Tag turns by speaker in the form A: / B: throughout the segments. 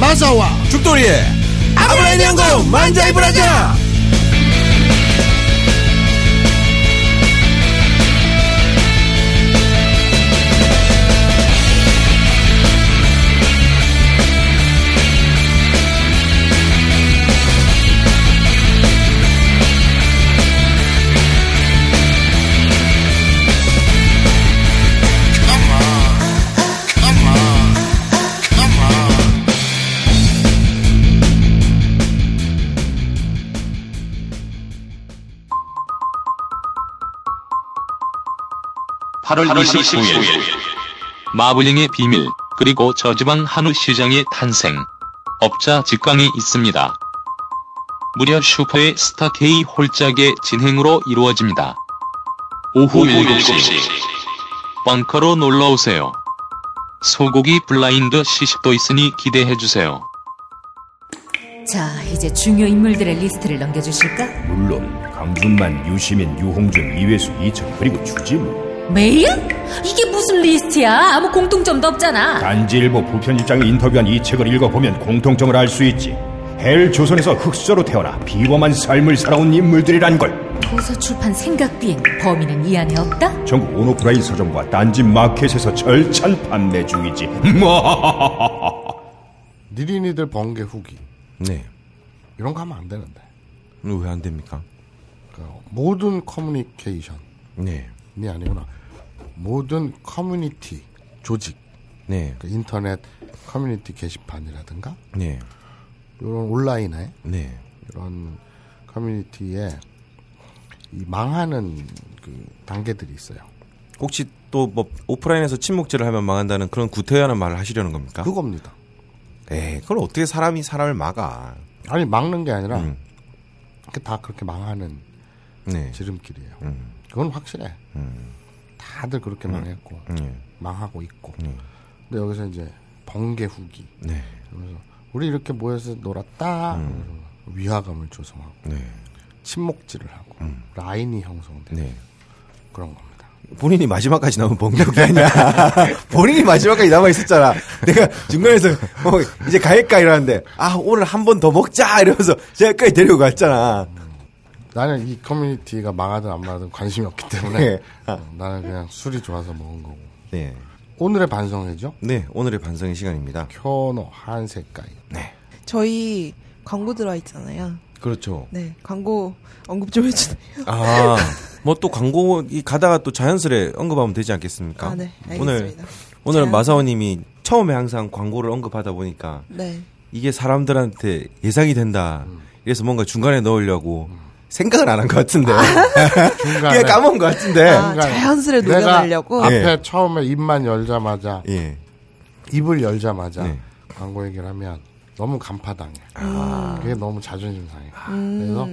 A: 가사와
B: 죽돌이의 아브라인 연금 만자이 브라자
C: 마블링의 비밀 그리고 저지방 한우 시장의 탄생 업자 직광이 있습니다. 무려 슈퍼의 스타K 홀짝의 진행으로 이루어집니다. 오후 7시 벙커로 놀러오세요. 소고기 블라인드 시식도 있으니 기대해주세요.
D: 자, 이제 중요 인물들의 리스트를 넘겨주실까?
E: 물론 강준만, 유시민, 유홍준, 이회수, 이청 그리고 주지무
D: 메이야? 이게 무슨 리스트야? 아무 공통점도 없잖아.
E: 단지일보 부편집장이 인터뷰한 이 책을 읽어보면 공통점을 알 수 있지 헬 조선에서 흑수저로 태어나 비범한 삶을 살아온 인물들이란 걸
D: 도서 출판 생각 비행 범인은 이 안에 없다?
E: 전국 온오프라인 서점과 단지 마켓에서 절찬 판매 중이지
A: 니린이들 번개 후기
B: 네.
A: 이런 거 하면 안 되는데
B: 왜 안 됩니까?
A: 그러니까 모든 커뮤니케이션이
B: 네.
A: 아니구나 모든 커뮤니티 조직
B: 네.
A: 그러니까 인터넷 커뮤니티 게시판이라든가
B: 네.
A: 이런 온라인에
B: 네.
A: 이런 커뮤니티에 이 망하는 그 단계들이 있어요.
B: 혹시 또 뭐 오프라인에서 침묵질을 하면 망한다는 그런 구태연한 말을 하시려는 겁니까? 네.
A: 그겁니다.
B: 에이, 그걸 어떻게 사람이 사람을 막아?
A: 아니 막는 게 아니라
B: 음.
A: 그다 그렇게 망하는
B: 네.
A: 지름길이에요.
B: 음.
A: 그건 확실해.
B: 음.
A: 다들 그렇게 망했고
B: 네.
A: 망하고 있고.
B: 네.
A: 근데 여기서 이제 번개 후기.
B: 네. 음.
A: 그래서 우리 이렇게 모여서 놀았다. 그래서 위화감을 조성하고
B: 네.
A: 침묵질을 하고 라인이 형성되는
B: 음. 네.
A: 그런 겁니다.
B: 본인이 마지막까지 남은 번개가 아니야. 본인이 마지막까지 남아 있었잖아. 내가 중간에서 어, 이제 가일까 이러는데 아 오늘 한 번 더 먹자 이러면서 제가까지 데리고 갔잖아.
A: 나는 이 커뮤니티가 망하든 안 망하든 관심이 없기 때문에
B: 네.
A: 어, 나는 그냥 술이 좋아서 먹은 거고.
B: 네,
A: 오늘의 반성회죠.
B: 네 오늘의 반성의 시간입니다.
A: 켜노 한색깔.
B: 네.
F: 저희 광고 들어 있잖아요.
B: 그렇죠.
F: 네, 광고 언급 좀 해주세요.
B: 아, 뭐 또 광고 이 가다가 또 자연스레 언급하면 되지 않겠습니까?
F: 아, 네,
B: 오늘
F: 알겠습니다.
B: 오늘은
F: 자연-
B: 마사오님이 처음에 항상 광고를 언급하다 보니까
F: 네,
B: 이게 사람들한테 예상이 된다. 그래서 뭔가 중간에 넣으려고 생각을 안 한 것 같은데.
A: 중간에
B: 그냥 까먹은 것 같은데.
F: 아, 자연스레
A: 내가
F: 녹여내려고.
A: 앞에
B: 예.
A: 처음에 입만 열자마자
B: 예.
A: 입을 열자마자
B: 네.
A: 광고 얘기를 하면 너무 간파당해.
B: 아.
A: 그게 너무 자존심 상해. 그래서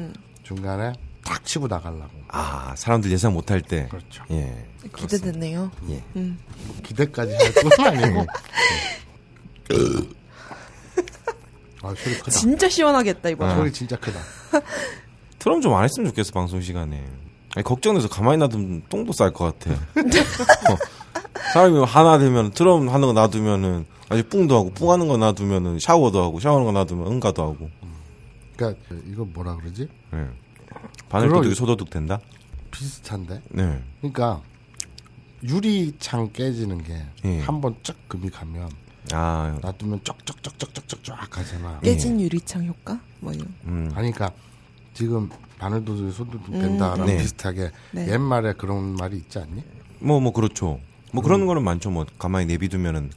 A: 중간에 탁 치고 나가려고.
B: 아, 사람들 예상 못할 때.
A: 그렇죠.
B: 예.
F: 기대됐네요.
B: 예.
A: 기대까지 할건 아니고.
B: 네.
A: 아 소리 크다.
F: 진짜 시원하겠다 음. 이번.
B: 아, 음.
A: 소리 진짜 크다.
B: 트럼 좀 안 했으면 좋겠어, 방송 시간에. 아니, 걱정돼서 가만히 놔두면 똥도 쌀 것 같아. 어. 사람이 하나 되면 트럼 하는 거 놔두면은 아주 뿡도 하고 뿡 하는 거 놔두면은 샤워도 하고 샤워하는 거 놔두면 응가도 하고.
A: 그러니까 이거 뭐라 그러지?
B: 예. 바늘
A: 그럼-
B: 도둑이 소도둑 된다?
A: 비슷한데.
B: 네.
A: 그러니까 유리창 깨지는 게
B: 예.
A: 한 번 쫙 금이 가면
B: 아,
A: 놔두면 쩍쩍쩍쩍쩍쩍쫙 가잖아.
F: 깨진 유리창 효과? 뭐 이런.
B: 음.
A: 아니 그러니까 지금 바늘도둑이 손도둑 된다랑
B: 네.
A: 비슷하게
F: 네.
A: 옛말에 그런 말이 있지 않니?
B: 뭐, 뭐, 그렇죠. 뭐 그런
A: 음.
B: 거는 많죠. 뭐, 가만히 내비두면은.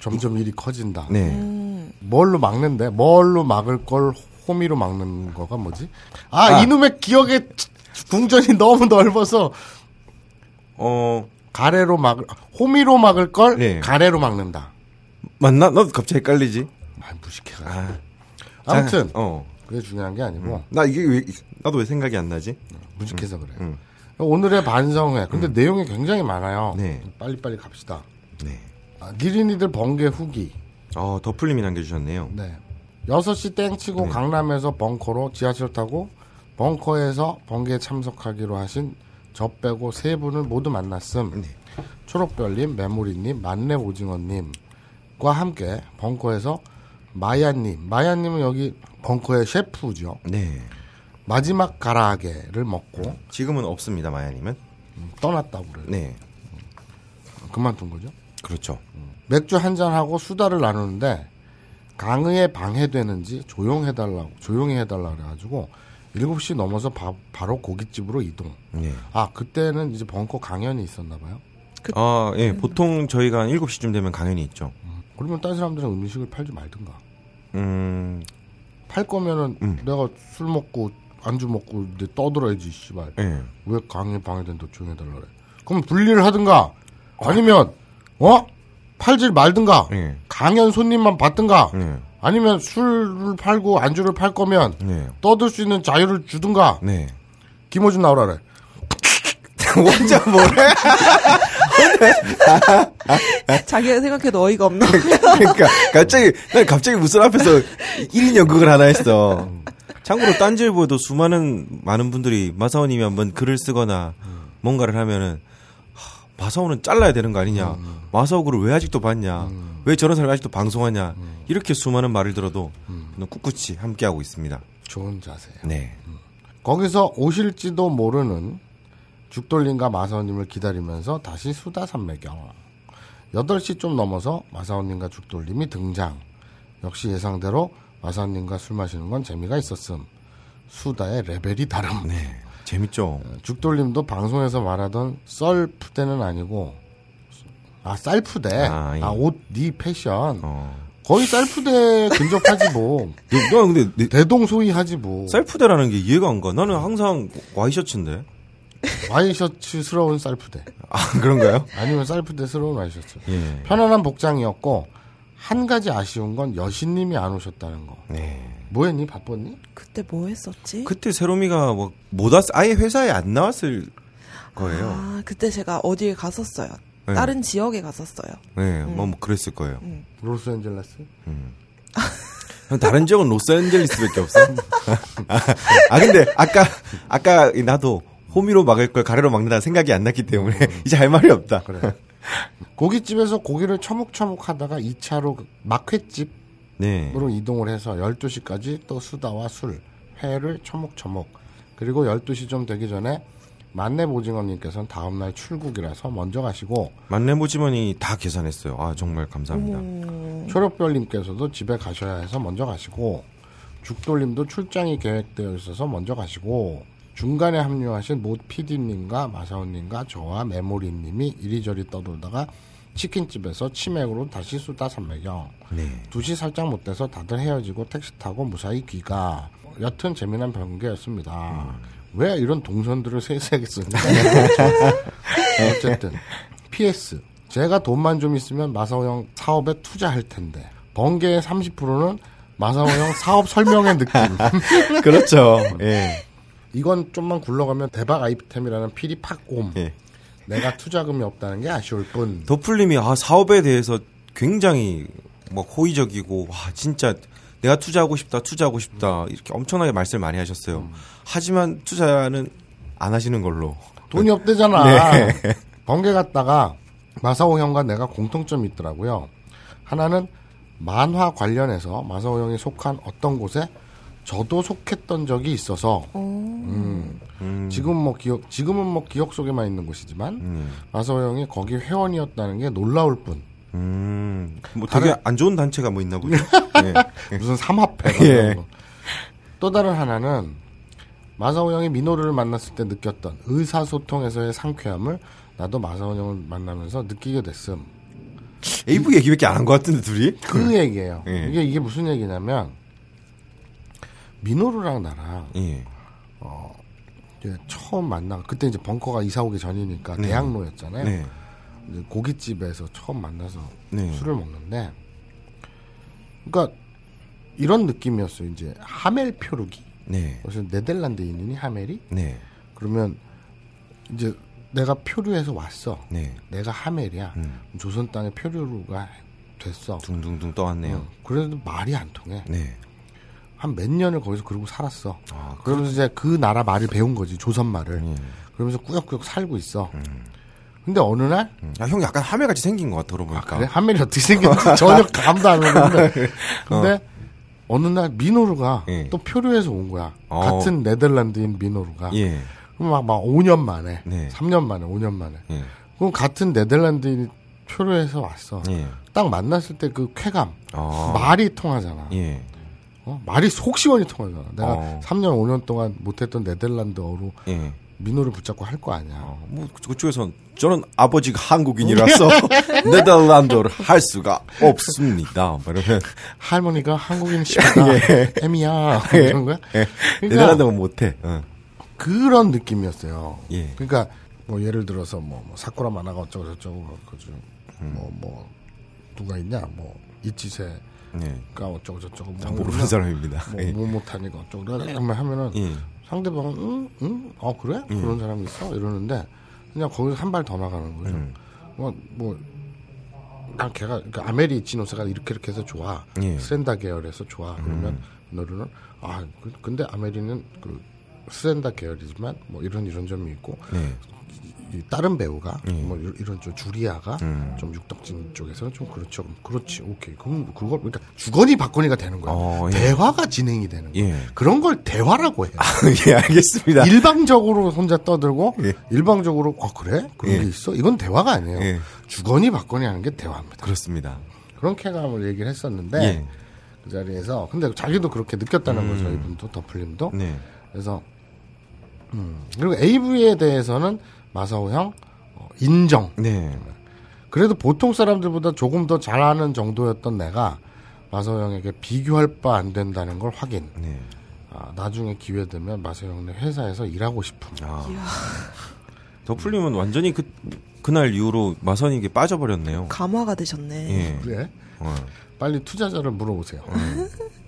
A: 점점 일이 커진다.
B: 네.
A: 음. 뭘로 막는데? 뭘로 막을 걸 호미로 막는 거가 뭐지? 아, 이놈의 기억의 궁전이 너무 넓어서
B: 어,
A: 가래로 막을 호미로 막을 걸
B: 네.
A: 가래로 막는다.
B: 맞나? 나도 갑자기 헷갈리지?
A: 아, 무식해가.
B: 아,
A: 아무튼
B: 자, 어. 음.
A: 그게 중요한 게 아니고
B: 나 이게 왜, 나도 왜 생각이 안 나지?
A: 무식해서 그래요.
B: 음.
A: 오늘의 반성회. 근데 내용이 굉장히 많아요.
B: 네.
A: 빨리빨리 갑시다.
B: 네.
A: 아, 니린이들 번개 후기.
B: 어, 더풀님이 남겨주셨네요.
A: 네. 6시 땡치고 강남에서 벙커로 지하철 타고 벙커에서 번개에 참석하기로 하신 저 빼고 세 분을 모두 만났음. 초록별님, 메모리님, 만렙오징어님과 함께 벙커에서 마야님. 마야님은 여기 벙커의 셰프죠.
B: 네.
A: 마지막 가라아게를 먹고
B: 지금은 없습니다, 마야님은.
A: 떠났다고 그래요.
B: 네.
A: 그만둔 거죠.
B: 그렇죠.
A: 맥주 한 잔하고 수다를 나누는데 강의에 방해되는지 조용해달라고 조용히 해달라 그래가지고 7시 넘어서 바, 로 고깃집으로 이동.
B: 네.
A: 아 그때는 이제 벙커 강연이 있었나 봐요.
B: 아, 예. 보통 저희가 한 7시쯤 되면 강연이 있죠.
A: 그러면 다른 사람들은 음식을 팔지 말든가.
B: 음,
A: 팔 거면은 내가 술 먹고 안주 먹고 이제 떠들어야지 씨발.
B: 예.
A: 왜 강의 방해된다 조용히 해달라 그래. 그럼 분리를 하든가 아니면 어 팔질 말든가
B: 예.
A: 강연 손님만 받든가
B: 예.
A: 아니면 술을 팔고 안주를 팔 거면
B: 네.
A: 떠들 수 있는 자유를 주든가
B: 네.
A: 김호준 나오라 그래
B: 혼자 뭐래?
F: 자기가 생각해도 어이가 없나?
B: 네? 그러니까 갑자기 난 갑자기 무슨 앞에서 1인 연극을 하나 했어. 참고로 딴지일보에도 수많은 많은 분들이 마사오님이 한번 글을 쓰거나 뭔가를 하면은 하, 마사오는 잘라야 되는 거 아니냐? 마사오 글을 왜 아직도 봤냐? 왜 저런 사람이 아직도 방송하냐? 이렇게 수많은 말을 들어도 저는 꿋꿋이 함께하고 있습니다.
A: 좋은 자세
B: 네.
A: 거기서 오실지도 모르는 죽돌림과 마사오님을 기다리면서 다시 수다 산매경 8시 좀 넘어서 마사오님과 죽돌림이 등장 역시 예상대로 마사오님과 술 마시는 건 재미가 있었음 수다의 레벨이 다름
B: 네. 재밌죠?
A: 죽돌림도 방송에서 말하던 썰푸대는 아니고 아 쌀푸대
B: 아, 예.
A: 아옷니 네 패션
B: 어.
A: 거의 쌀푸대 근접하지 뭐
B: 너 근데 내-
A: 대동소이하지 뭐
B: 셀프대라는 게 이해가 안 가. 나는 항상 와이셔츠인데.
A: 와이셔츠스러운 쌀푸대
B: 아, 그런가요?
A: 아니면 쌀푸대스러운 와이셔츠
B: 예.
A: 편안한 복장이었고 한 가지 아쉬운 건 여신님이 안 오셨다는 거
B: 네.
A: 뭐했니 바빴니
F: 그때 뭐 했었지?
B: 그때 세롬이가 뭐못 왔, 아예 회사에 안 나왔을 거예요.
F: 아, 그때 제가 어디에 갔었어요.
B: 네.
F: 다른 지역에 갔었어요.
A: 아,
B: 네,
A: 음.
B: 뭐, 뭐 그랬을 거예요.
A: 로스앤젤레스
B: 다른 지역은 로스앤젤리스밖에 없어. 아 근데 아까 아까 나도 호미로 막을 걸 가래로 막는다 생각이 안 났기 때문에 이제 할 말이 없다.
A: 음. 그래 고깃집에서 고기를 처묵처묵 하다가 2차로 그 막회집
B: 네.
A: 으로 이동을 해서 12시까지 또 수다와 술, 회를 처목처목 그리고 12시 좀 되기 전에 만내보징어님께서는 다음날 출국이라서 먼저 가시고
B: 만렙오지머니 다 계산했어요. 아 정말 감사합니다.
A: 음. 초록별님께서도 집에 가셔야 해서 먼저 가시고 죽돌님도 출장이 계획되어 있어서 먼저 가시고 중간에 합류하신 못 PD님과 마사오님과 저와 메모리님이 이리저리 떠돌다가 치킨집에서 치맥으로 다시 수다 삼매경
B: 네.
A: 두시 살짝 못 돼서 다들 헤어지고 택시 타고 무사히 귀가 여튼 재미난 변개였습니다. 왜 이런 동선들을 세세하게 쓰는지 어쨌든 PS 제가 돈만 좀 있으면 마사오 형 사업에 투자할 텐데 번개의 30%는 마사오 형 사업 설명의 느낌
B: 그렇죠. 예.
A: 이건 좀만 굴러가면 대박 아이템이라는 필이 팍옴
B: 예.
A: 내가 투자금이 없다는 게 아쉬울 뿐
B: 도플님이 아 사업에 대해서 굉장히 막 호의적이고 와 진짜 내가 투자하고 싶다 투자하고 싶다 이렇게 엄청나게 말씀을 많이 하셨어요.
A: 음.
B: 하지만 투자는 안 하시는 걸로.
A: 돈이 없대잖아. 번개 갔다가 마사오 형과 내가 공통점이 있더라고요. 하나는 만화 관련해서 마사오 형이 속한 어떤 곳에 저도 속했던 적이 있어서 음, 지금 뭐 기억 지금은 뭐 기억 속에만 있는 곳이지만 마사오 형이 거기 회원이었다는 게 놀라울 뿐
B: 음, 뭐 되게 안 좋은 단체가 뭐 있나 보죠. 예.
A: 무슨 삼합회
B: 예.
A: 같은 거. 또 다른 하나는 마사오 형이 민호를 만났을 때 느꼈던 의사소통에서의 상쾌함을 나도 마사오 형을 만나면서 느끼게 됐음.
B: AV 얘기밖에 안 한 것 같은데 둘이.
A: 그 얘기예요.
B: 예.
A: 이게 이게 무슨 얘기냐면 민호루랑 나랑
B: 예.
A: 이제 처음 만나 그때 이제 벙커가 이사 오기 전이니까 대학로였잖아요.
B: 네.
A: 이제 고깃집에서 처음 만나서
B: 네.
A: 술을 먹는데 그러니까 이런 느낌이었어요. 이제 하멜 표류기.
B: 네.
A: 그래서 네덜란드인이니 하멜이
B: 네.
A: 그러면 이제 내가 표류해서 왔어.
B: 네. 음.
A: 내가 하멜이야. 조선 땅에 표류가 됐어.
B: 둥둥둥 떠왔네요.
A: 어, 그래도 말이 안 통해.
B: 네.
A: 한 몇 년을 거기서 그러고 살았어.
B: 아, 예. 음.
A: 그러면서 이제 그 나라 말을 배운 거지 조선 말을. 그러면서 꾸역꾸역 살고 있어. 근데 어느 날
B: 야, 음. 아, 형 약간 하매같이 생긴 것 같아, 그러고 보니까. 아,
A: 그래? 한면이 어떻게 생겼는지 전혀 감도 안 오는데. 근데 어. 느날 미노루가
B: 예.
A: 또 표류해서 온 거야.
B: 어.
A: 같은 네덜란드인 미노루가.
B: 예.
A: 그럼 막, 막 5년 만에,
B: 네.
A: 3년 만에, 5년 만에.
B: 예.
A: 그럼 같은 네덜란드인 표류해서 왔어.
B: 예.
A: 딱 만났을 때 그 쾌감.
B: 어.
A: 말이 통하잖아.
B: 예.
A: 어? 말이 속시원히 통하잖아. 내가
B: 어.
A: 3년, 5년 동안 못했던 네덜란드어로
B: 예.
A: 민호를 붙잡고 할 거 아니야.
B: 어, 뭐 그쪽에선 저는 아버지가 한국인이라서 네덜란드를 할 수가 없습니다. 뭐 이러면
A: 할머니가 한국인 씨다. 애미야. 아, 그런 거야? 그러니까
B: 예. 네덜란드만 못해. 어. 응.
A: 그런 느낌이었어요.
B: 예.
A: 그러니까 뭐 예를 들어서 뭐, 뭐 사쿠라 만화가 어쩌고 저쩌고 그죠.
B: 음.
A: 뭐뭐 누가 있냐 뭐 이치세가
B: 예.
A: 어쩌고 저쩌고 뭐
B: 모르는
A: 이러면
B: 사람입니다. 예.
A: 뭐 못하니까 어쩌고 저쩌고 하면은
B: 예.
A: 상대방은 응? 응? 어 그래? 그런 사람이 있어? 이러는데 그냥 거기서 한 발 더 나가는 거죠.
B: 음.
A: 뭐, 뭐, 난 걔가 그러니까 아메리 이치노세가 이렇게 이렇게 해서 좋아.
B: 예. 음.
A: 스렌다 계열에서 좋아. 그러면 너는 아 그- 근데 아메리는 그 스렌다 계열이지만 뭐 이런 이런 점이 있고
B: 예.
A: 이 다른 배우가 뭐 이런- 이런 좀 주리아가
B: 음.
A: 좀 육덕진 쪽에서는 좀 그렇죠. 그렇지. 오케이. 그럼 그걸 그러니까 주거니 받거니가 되는 거야.
B: 어, 예.
A: 대화가 진행이 되는 거야.
B: 예.
A: 그런 걸 대화라고 해요.
B: 예, 알겠습니다.
A: 일방적으로 혼자 떠들고
B: 예.
A: 일방적으로 아 그래 그런 게 있어 이건 대화가 아니에요
B: 예.
A: 주거니 받거니 하는 게 대화입니다
B: 그렇습니다.
A: 그런 쾌감을 얘기를 했었는데
B: 예. 음.
A: 그 자리에서 근데 자기도 그렇게 느꼈다는 거죠 이분도 더플림도
B: 네.
A: 그래서 음 그리고 AV에 대해서는 마사오 형 어, 인정
B: 네.
A: 그래도 보통 사람들보다 조금 더 잘하는 정도였던 내가 마사오 형에게 비교할 바 안 된다는 걸 확인
B: 네.
A: 아, 나중에 기회 되면 마사오 형네 회사에서 일하고 싶음
B: 아. 더 풀리면 완전히 그 그날 이후로 마선이게 빠져버렸네요.
F: 감화가 되셨네.
B: 예.
A: 그래
B: 어. 음.
A: 빨리 투자자를 물어보세요.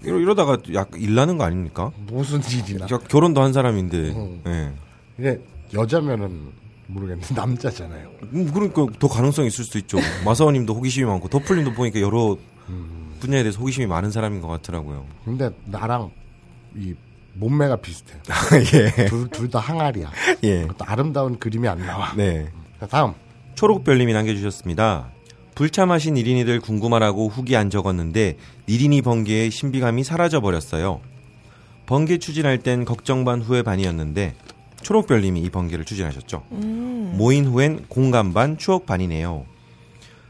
B: 이러- 이러다가 약 일나는 거 아닙니까?
A: 무슨 일이나.
B: 야, 결혼도 한 사람인데.
A: 음.
B: 예.
A: 이게 여자면은 모르겠는데 남자잖아요.
B: 음, 그러니까 더 가능성이 있을 수도 있죠. 마사오님도 호기심이 많고 더플님도 보니까 여러 분야에 대해서 호기심이 많은 사람인 것 같더라고요.
A: 근데 나랑 이 몸매가 비슷해.
B: 예.
A: 둘둘 다 항아리야.
B: 예.
A: 그것도 아름다운 그림이 안 나와.
B: 네.
A: 자, 다음.
B: 초록별님이 남겨주셨습니다. 불참하신 니린이들 궁금하라고 후기 안 적었는데 니린이 번개의 신비감이 사라져버렸어요. 번개 추진할 땐 걱정 반 후회 반이었는데 초록별님이 이 번개를 추진하셨죠. 모인 후엔 공감 반 추억 반이네요.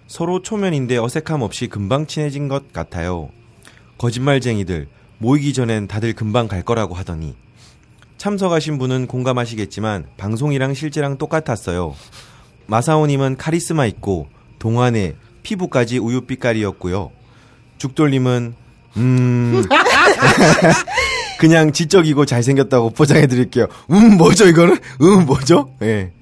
B: 서로 초면인데 어색함 없이 금방 친해진 것 같아요. 거짓말쟁이들 모이기 전엔 다들 금방 갈 거라고 하더니 참석하신 분은 공감하시겠지만 방송이랑 실제랑 똑같았어요. 마사오님은 카리스마 있고 동안에 피부까지 우유빛깔이었고요. 죽돌님은 음 그냥 지적이고 잘생겼다고 포장해 드릴게요. 음 뭐죠 이거는? 음 뭐죠? 예.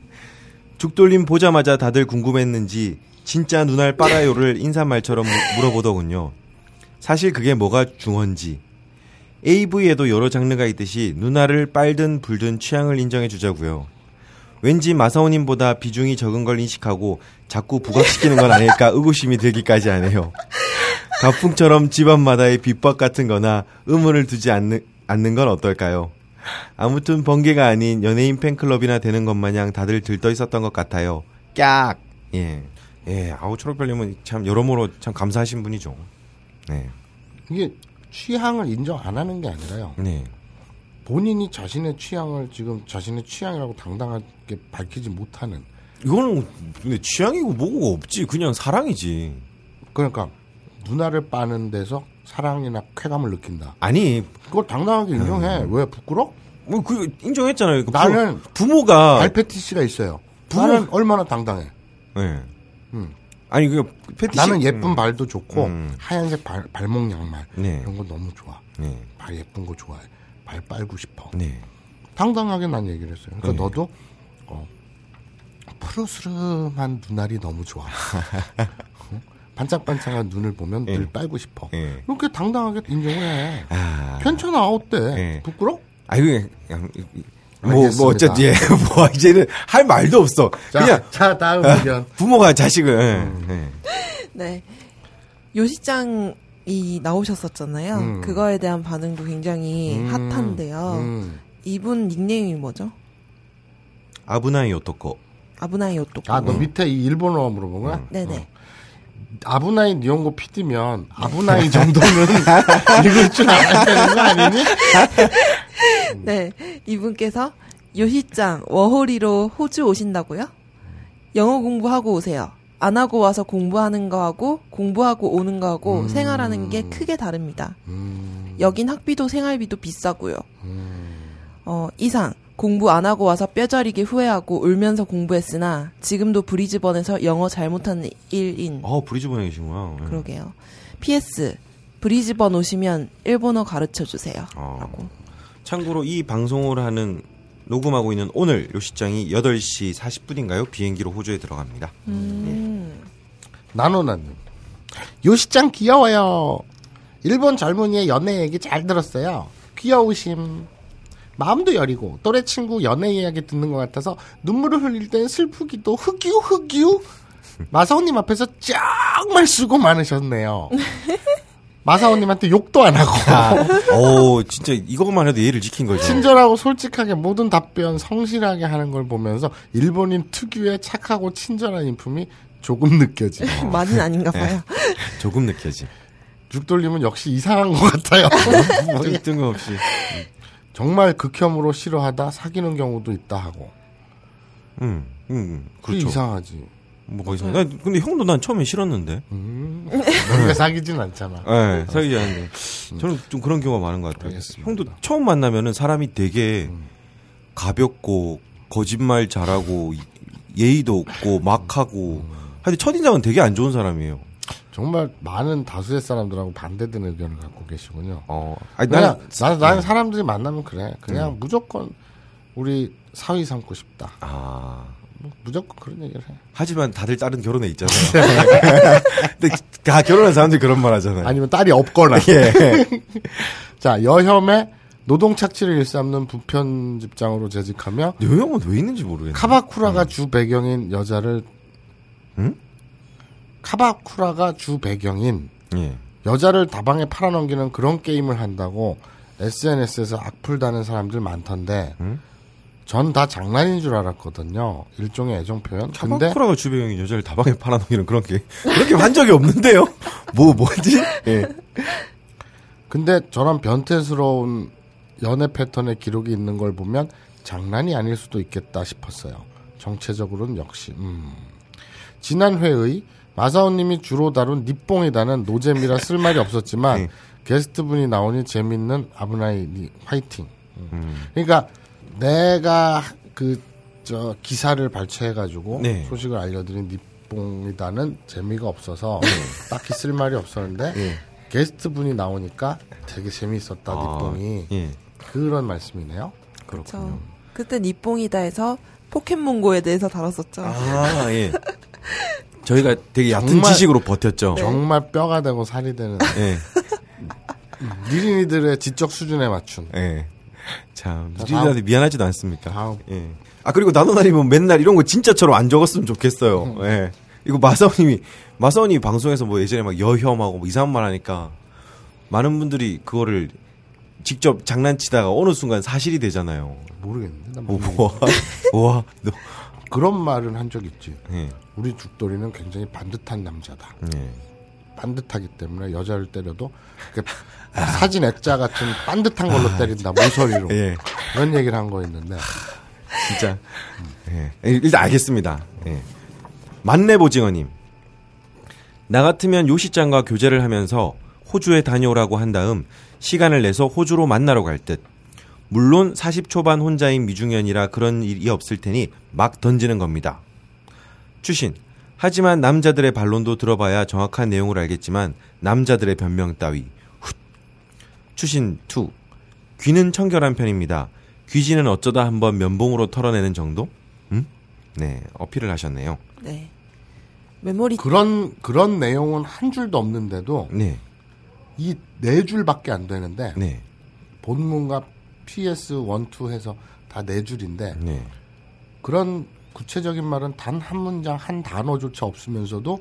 B: 죽돌님 보자마자 다들 궁금했는지 진짜 눈알 빨아요를 인사말처럼 물- 물어보더군요. 사실 그게 뭐가 중헌지. AV에도 여러 장르가 있듯이 눈알을 빨든 불든 취향을 인정해 주자고요. 왠지 마사오님보다 비중이 적은 걸 인식하고 자꾸 부각시키는 건 아닐까 의구심이 들기까지 하네요. 가풍처럼 집안마다의 비법 같은 거나 의문을 두지 않는, 않는 건 어떨까요? 아무튼 번개가 아닌 연예인 팬클럽이나 되는 것 마냥 다들 들떠 있었던 것 같아요. 깍! 예. 예, 아우, 초록별님은 참 여러모로 참 감사하신 분이죠. 네.
A: 이게 취향을 인정 안 하는 게 아니라요.
B: 네.
A: 본인이 자신의 취향을 지금 자신의 취향이라고 당당하게 밝히지 못하는.
B: 이거는 근데 취향이고 뭐고 없지. 그냥 사랑이지.
A: 그러니까 누나를 빠는 데서 사랑이나 쾌감을 느낀다.
B: 아니,
A: 그걸 당당하게 인정해.
B: 음.
A: 왜 부끄러?
B: 뭐, 그, 인정했잖아요. 그 부-
A: 나는
B: 부모가.
A: 발페티시가 있어요.
B: 아. 부모-
A: 나는 얼마나 당당해.
B: 예. 아니, 그, 패티시.
A: 음. 나는 예쁜 발도 좋고
B: 음.
A: 하얀색 발, 발목 양말
B: 네.
A: 이런 거 너무 좋아.
B: 네.
A: 발 예쁜 거 좋아해. 발 빨고 싶어.
B: 네.
A: 당당하게 난 얘기를 했어요. 그러니까
B: 네.
A: 너도 어, 푸르스름한 눈알이 너무 좋아. 어? 반짝반짝한 눈을 보면 늘 빨고 싶어.
B: 예.
A: 이렇게 당당하게 인정을 해.
B: 네. 아.
A: 괜찮아 어때?
B: 예.
A: 부끄러?
B: 아유, 그냥, 뭐,
A: 알겠습니다.
B: 뭐, 어쨌든, 예. 뭐, 이제는 할 말도 없어.
A: 자,
B: 그냥,
A: 자 다음
B: 아,
A: 의견. 음.
B: 부모가 자식을, 예, 예.
F: 네. 요시짱이 나오셨었잖아요.
A: 음.
F: 그거에 대한 반응도 굉장히
A: 음,
F: 핫한데요.
A: 음.
F: 이분 닉네임이 뭐죠?
B: 아브나이 오토코.
F: 아브나이 오토코.
A: 아, 너
B: 음.
A: 밑에 이 일본어 물어본 거야?
F: 네네.
A: 아브나이 니온고 PD면 아브나이 정도는 읽을 줄 알아야 되는 거 아니니?
F: 네. 이분께서 요시짱 워홀이로 호주 오신다고요? 영어 공부하고 오세요. 안 하고 와서 공부하는 거하고 공부하고 오는 거하고 생활하는 게 크게 다릅니다. 여긴 학비도 생활비도 비싸고요. 어, 이상 공부 안 하고 와서 뼈저리게 후회하고 울면서 공부했으나 지금도 브리즈번에서 영어 잘못하는 일인
B: 아 브리즈번에 계신구나. 예.
F: 그러게요. PS 브리즈번 오시면 일본어 가르쳐 주세요.
B: 어.
F: 라고.
B: 참고로 이 방송을 하는 녹음하고 있는 오늘 요시장이 8시 40분인가요? 비행기로 호주에 들어갑니다.
A: 나노나님. 요시짱 귀여워요. 일본 젊은이의 연애 얘기 잘 들었어요. 귀여우심. 마음도 여리고 또래 친구 연애 이야기 듣는 것 같아서 눈물을 흘릴 땐 슬프기도 흑유 흑유. 마사오님 앞에서 정말 수고 많으셨네요. 마사오님한테 욕도 안
B: 아.
A: 하고
B: 오 진짜 이것만 해도 예를 지킨 거죠.
A: 친절하고 솔직하게 모든 답변 성실하게 하는 걸 보면서 일본인 특유의 착하고 친절한 인품이 조금 느껴지.
F: 많은 아닌가 봐요.
B: 조금 느껴지.
A: 죽돌림은 역시 이상한 것 같아요. 어?
B: 뜬- 뜬금없이.
A: 정말 극혐으로 싫어하다 사귀는 경우도 있다 하고.
B: 음, 음, 음.
A: 그게
B: 그렇죠.
A: 이상하지.
B: 뭐 거기서. 난, 근데 형도 난 처음에 싫었는데.
A: 우리가 그러니까 사귀진 않잖아.
B: 예, 사귀지 않는데. 저는 좀 그런 경우가 많은 것 같아요.
A: 음. 알겠습니다. 음.
B: 형도 처음 만나면은 사람이 되게 가볍고, 거짓말 잘하고, 이- 예의도 없고, 막하고.
A: 음.
B: 하여튼 첫인상은 되게 안 좋은 사람이에요.
A: 정말 많은 다수의 사람들하고 반대되는 의견을 갖고 계시군요.
B: 어. 아니, 네.
A: 나는,
B: 나는.
A: 나는, 나는 사람들이 만나면 그래. 그냥 무조건 우리 사위 삼고 싶다.
B: 아.
A: 뭐 무조건 그런 얘기를 해.
B: 하지만 다들 다른 결혼에 있잖아요. 근데 다 결혼한 사람들이 그런 말 하잖아요.
A: 아니면 딸이 없거나. 자, 여혐의 노동 착취를 일삼는 부편집장으로 재직하며
B: 요 형은 왜 있는지 모르겠네.
A: 카바쿠라가 주 배경인 여자를
B: 응?
A: 카바쿠라가 주 배경인
B: 예.
A: 여자를 다방에 팔아넘기는 그런 게임을 한다고 SNS에서 악플 다는 사람들 많던데
B: 응?
A: 전 다 장난인 줄 알았거든요. 일종의 애정 표현. 근데
B: 카바쿠라가 주변에 여자를 다방에 팔아넘기는 그런 게 그렇게 한 적이 없는데요. 뭐 뭐지? 예.
A: 근데 저런 변태스러운 연애 패턴의 기록이 있는 걸 보면 장난이 아닐 수도 있겠다 싶었어요. 정체적으로는 역시 음. 지난 회의 마사오님이 주로 다룬 니뽕이다는 노잼이라 쓸 말이 없었지만
B: 네.
A: 게스트분이 나오니 재밌는 아브나이 니- 화이팅. 음. 그러니까 내가 그 저 기사를 발췌해가지고
B: 네.
A: 소식을 알려드린 니뽕이다는 재미가
B: 네.
A: 없어서 딱히 쓸 말이 없었는데
B: 예.
A: 게스트 분이 나오니까 되게 재미있었다 니뽕이
B: 아, 예.
A: 그런 말씀이네요.
F: 그렇죠. 그때 니뽕이다에서 포켓몬고에 대해서 다뤘었죠.
B: 아 예. 저희가 되게 얕은
A: 정말-
B: 지식으로 버텼죠.
A: 정말 뼈가 되고 살이 되는
B: 예.
A: 니린이들의 지적 수준에 맞춘
B: 예. 참 누리들한테 미안하지도 않습니까?
A: 다음.
B: 예. 아 그리고 나노나님은 맨날 이런 거 진짜처럼 안 적었으면 좋겠어요. 예. 이거 마사오님이 마사오님이 방송에서 뭐 예전에 막 여혐하고 뭐 이상한 말 하니까 많은 분들이 그거를 직접 장난치다가 어느 순간 사실이 되잖아요.
A: 모르겠는데
B: 뭐,
A: 난 모르겠는데.
B: 와, 와, 너.
A: 그런 말은 한 적 있지.
B: 예,
A: 우리 죽돌이는 굉장히 반듯한 남자다.
B: 예.
A: 반듯하기 때문에 여자를 때려도 그 사진 액자 같은 반듯한 걸로 때린다 모서리로
B: 아. 예.
A: 그런 얘기를 한 거 있는데
B: 진짜. 예. 일단 알겠습니다. 예. 만내보징어님. 나 같으면 요시짱과 교제를 하면서 호주에 다녀오라고 한 다음 시간을 내서 호주로 만나러 갈 듯. 물론 40초반 혼자인 미중년이라 그런 일이 없을 테니 막 던지는 겁니다. 추신. 하지만 남자들의 반론도 들어봐야 정확한 내용을 알겠지만 남자들의 변명 따위. 훗. 추신 2. 귀는 청결한 편입니다. 귀지는 어쩌다 한번 면봉으로 털어내는 정도? 음? 네, 어필을 하셨네요.
F: 네. 메모리
A: 그런 그런 내용은 한 줄도 없는데도
B: 네,
A: 이 네 줄밖에 안 되는데
B: 네,
A: 본문과 PS 1, 2 해서 다 네 줄인데
B: 네.
A: 그런 구체적인 말은 단 한 문장 한 단어조차 없으면서도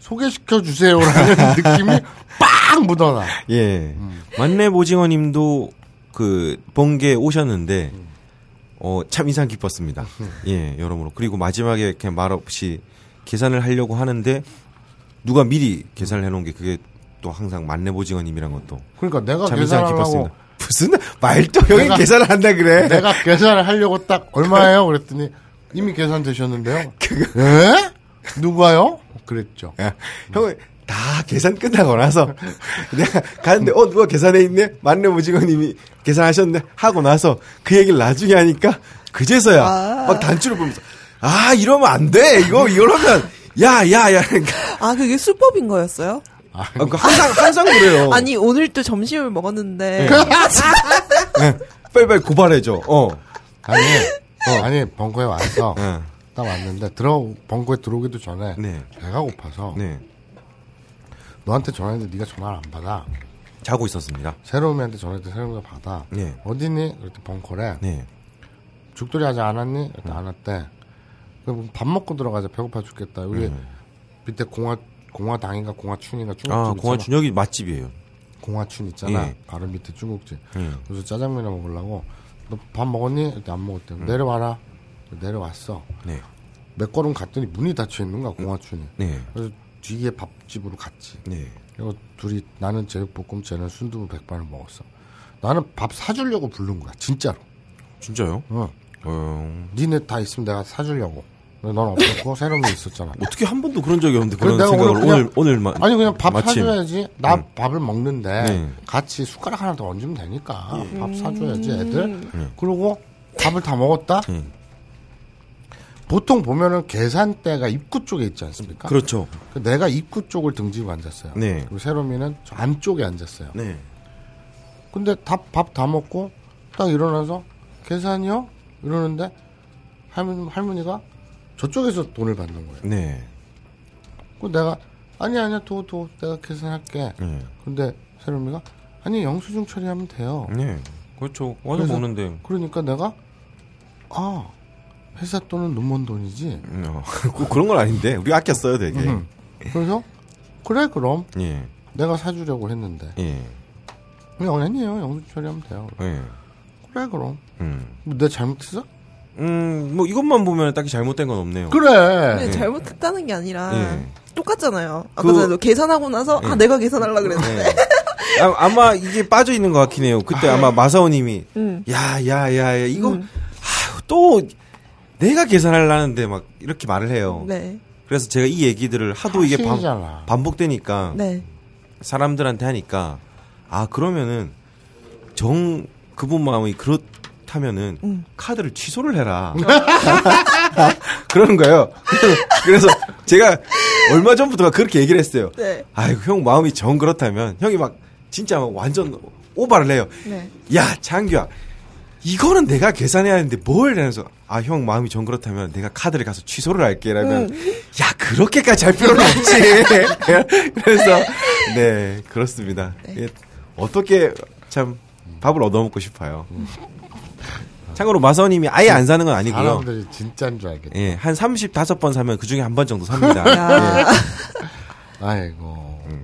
A: 소개시켜 주세요라는 느낌이 빵 묻어나. 음.
B: 예. 만내보징어님도 그 번개 오셨는데 어, 참 인상 깊었습니다. 예, 여러모로. 그리고 마지막에 이렇게 말없이 계산을 하려고 하는데 누가 미리 계산을 해놓은 게 그게 또 항상 만내보징어님이란 것도
A: 그러니까 내가
B: 참 인상
A: 계산을 하고
B: 깊었습니다. 무슨 말도 형이
A: 내가-
B: 계산을 한다 그래.
A: 내가 계산을 하려고 딱 얼마예요? 그랬더니 이미 계산되셨는데요. 에? 누가요? 그랬죠.
B: 예. 음. 형은 다 계산 끝나고 나서 내가 가는데 어 누가 계산해 있네 만렙 오징어님이 계산하셨네 하고 나서 그 얘기를 나중에 하니까 그제서야 막 단추를 보면서 아 이러면 안 돼 이거 이러면 야야야 그러니까
F: 아 그게 술법인 거였어요?
B: 아, 그 항상 항상 그래요
F: 아니 오늘 또 점심을 먹었는데 아,
B: 네. 빨리빨리 고발해줘 어
A: 아니, 어, 아니 벙커에 왔어.
B: 예.
A: 딱 왔는데 들어 벙커에 들어오기도 전에
B: 네.
A: 배가 고파서
B: 네.
A: 너한테 전화했는데 네가 전화를 안 받아.
B: 자고 있었습니다
A: 새로미한테 전화했더니 새로미가 받아.
B: 네.
A: 어디니? 그랬더니 벙커래.
B: 네
A: 죽돌이 아직 안 왔니? 그랬더니 안 왔대. 그럼 밥 먹고 들어가자. 배고파 죽겠다. 우리 밑에 공화 공화당인가 공화춘인가 중국집
B: 네. 아,
A: 있잖아.
B: 공화춘역이 맛집이에요.
A: 공화춘 있잖아.
B: 예.
A: 바로 밑에 중국집.
B: 예.
A: 그래서 짜장면을 먹으려고 너 밥 먹었니? 그랬더니 안 먹었대.
B: 음.
A: 내려와라. 내려왔어.
B: 네.
A: 몇 걸음 갔더니 문이 닫혀 있는 거야 공화춘이.
B: 네.
A: 그래서 뒤에 밥집으로 갔지.
B: 네.
A: 그리고 둘이 나는 제육볶음, 쟤는 순두부 백반을 먹었어. 나는 밥 사주려고 부른 거야 진짜로.
B: 진짜요?
A: 응.
B: 어,
A: 니네 다 있으면 내가 사주려고. 근데 넌 없었고 새로운 게 있었잖아.
B: 어떻게 한 번도 그런 적이 없는데 그런
A: 그래, 내가
B: 생각을
A: 오늘
B: 오늘
A: 그냥-
B: 오늘만
A: 아니 그냥 밥
B: 마침. 음.
A: 사줘야지. 나 밥을 먹는데
B: 네. 예.
A: 같이 숟가락 하나 더 얹으면 되니까 밥 사줘야지 애들. 그리고 밥을 다 먹었다.
B: 네. 음.
A: 보통 보면은 계산대가 입구 쪽에 있지 않습니까?
B: 그렇죠.
A: 그 내가 입구 쪽을 등지고 앉았어요.
B: 네.
A: 그리고 세롬이는 저 안쪽에 앉았어요.
B: 네.
A: 근데 밥 밥 다 먹고 딱 일어나서 계산이요? 이러는데 할머니, 할머니가 저쪽에서 돈을 받는 거예요.
B: 네.
A: 그 내가 아니 아니야 도도 내가 계산할게.
B: 네.
A: 근데 세롬이가 아니 영수증 처리하면 돼요.
B: 네. 그렇죠. 와서
A: 그래서-
B: 먹는데.
A: 그러니까 내가 아 회사 돈은 눈먼 돈이지.
B: 음, 어. 그- 그런 건 아닌데. 우리 아꼈어요, 되게.
A: 그래서 그래 그럼
B: 예.
A: 내가 사주려고 했는데
B: 예.
A: 그냥 아니에요 영수증 처리하면 돼요.
B: 예.
A: 그래 그럼
B: 음.
A: 내가 잘못했어?
B: 음, 뭐 이것만 보면 딱히 잘못된 건 없네요.
A: 그래.
F: 근데 잘못했다는 게 아니라
B: 예.
F: 똑같잖아요. 아까
B: 그-
F: 전에도 계산하고 나서 아 내가 계산하려 그랬는데
B: 예. 네. 아, 아마 이게 빠져 있는 것 같긴 해요. 그때 아마 마사오님이 야, 야, 야, 야, 이거 아유, 또 내가 계산하려는데 막 이렇게 말을 해요.
F: 네,
B: 그래서 제가 이 얘기들을 하도 이게 반,
A: 사실이잖아.
B: 반복되니까
F: 네,
B: 사람들한테 하니까 아 그러면은 정 그분 마음이 그렇다면은 카드를 취소를 해라 그러는 거예요. 그래서 제가 얼마 전부터 막 그렇게 얘기를 했어요.
F: 네.
B: 아이고 형 마음이 정 그렇다면 형이 막 진짜 막 완전 오바를 해요.
F: 네.
B: 야 장규야 이거는 내가 계산해야 하는데 뭘 이러면서 아 형 마음이 정 그렇다면 내가 카드를 가서 취소를 할게 라면 야 그렇게까지 할 필요는 없지 그래서 네 그렇습니다 예, 어떻게 참 밥을 얻어먹고 싶어요 참고로 마사오님이 아예 안 사는 건 아니고요
A: 사람들이 진짜인 줄 알겠다.
B: 예, 한 35번 사면 그 중에 한 번 정도 삽니다
F: 야.
B: 예.
A: 아이고.
B: 음.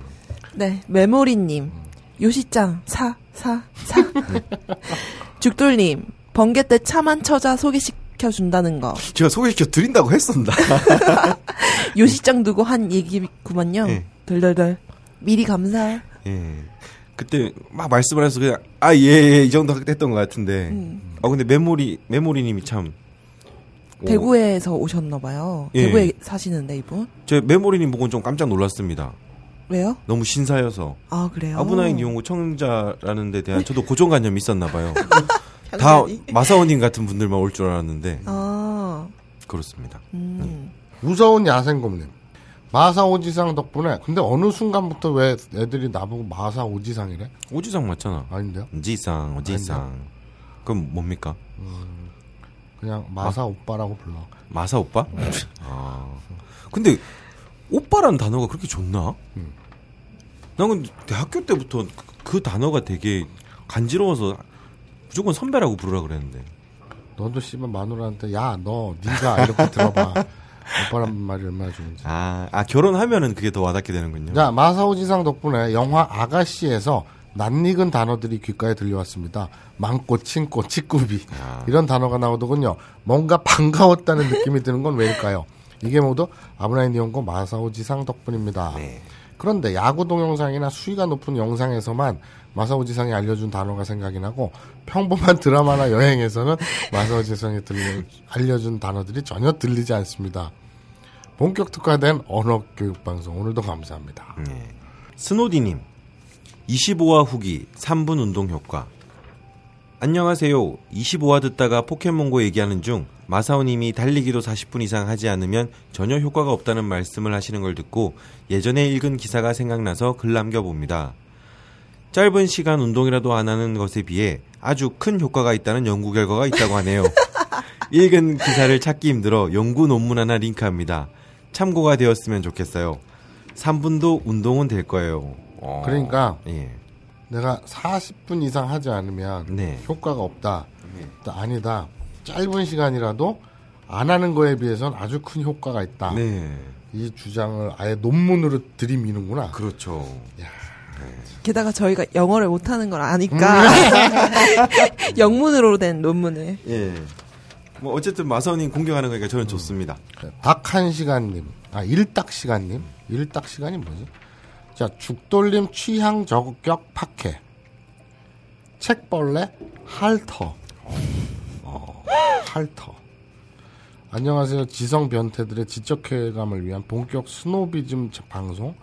F: 네. 메모리님, 요시짱 사, 사, 사. 죽돌님, 번개 때 차만 처자 소개시켜 준다는 거.
B: 제가 소개시켜 드린다고 했었나
F: 요시짱 두고 한 얘기구만요.
B: 예.
F: 덜덜덜. 미리 감사.
B: 예. 그때 막 말씀을 해서 그냥 아 예 예 이 정도 했던 것 같은데.
F: 음.
B: 아 근데 메모리 메모리님이 참. 오,
F: 대구에서 오셨나 봐요.
B: 예.
F: 대구에 사시는데 이분
B: 제 메모리님 보고는 좀 깜짝 놀랐습니다.
F: 왜요?
B: 너무 신사여서
F: 아 그래요.
B: 아브나인 이용구 청자라는 데 대한 저도 고정관념이 있었나 봐요. 다 마사오님 같은 분들만 올 줄 알았는데
F: 아,
B: 그렇습니다.
A: 무서운 야생곰님. 마사오지상 덕분에 근데 어느 순간부터 왜 애들이 나보고 마사오지상이래?
B: 오지상 맞잖아.
A: 아닌데요?
B: 지상 오지상. 그럼 뭡니까?
A: 그냥 마사 오빠라고 불러.
B: 마사 오빠? 아. 근데 오빠라는 단어가 그렇게 좋나? 난 근데 대학교 때부터 그, 그 단어가 되게 간지러워서 무조건 선배라고 부르라 그랬는데.
A: 너도 씨발 마누라한테 야 너 네가 이렇게 들어봐. 오빠란 말이 얼마나 좋은지. 예.
B: 아, 아 결혼하면은 그게 더 와닿게 되는군요.
A: 자 마사오지상 덕분에 영화 아가씨에서 낯익은 단어들이 귓가에 들려왔습니다. 망꽃, 친꽃, 치꾸비 이런 단어가 나오더군요. 뭔가 반가웠다는 느낌이 드는 건 왜일까요? 이게 모두 아브라인 니온고 마사오 지상 덕분입니다. 그런데 야구 동영상이나 수위가 높은 영상에서만 마사오 지상이 알려준 단어가 생각이 나고 평범한 드라마나 여행에서는 마사오 지상이 들려, 알려준 단어들이 전혀 들리지 않습니다. 본격 특화된 언어 교육 방송 오늘도 감사합니다.
B: 스노디님 25화 후기 3분 운동 효과 안녕하세요 25화 듣다가 포켓몬고 얘기하는 중 마사오님이 달리기도 40분 이상 하지 않으면 전혀 효과가 없다는 말씀을 하시는 걸 듣고 예전에 읽은 기사가 생각나서 글 남겨봅니다 짧은 시간 운동이라도 안 하는 것에 비해 아주 큰 효과가 있다는 연구 결과가 있다고 하네요 읽은 기사를 찾기 힘들어 연구 논문 하나 링크합니다 참고가 되었으면 좋겠어요 3분도 운동은 될 거예요 어.
A: 그러니까
B: 예.
A: 내가 40분 이상 하지 않으면
B: 네.
A: 효과가 없다. 또 아니다. 짧은 시간이라도 안 하는 거에 비해선 아주 큰 효과가 있다.
B: 네.
A: 이 주장을 아예 논문으로 들이미는구나.
B: 그렇죠.
F: 게다가 저희가 영어를 못하는 걸 아니까
B: 음.
F: 영문으로 된 논문을
B: 예. 뭐 어쨌든 마사오님 공격하는 거니까 저는 좋습니다.
A: 닭한 시간님, 아 일닭 시간님, 일닭 시간이 뭐지? 자 죽돌림 취향 저격 파케, 책벌레 할터, 어, 할터. 안녕하세요. 지성 변태들의 지적 쾌감을 위한 본격 스노비즘 방송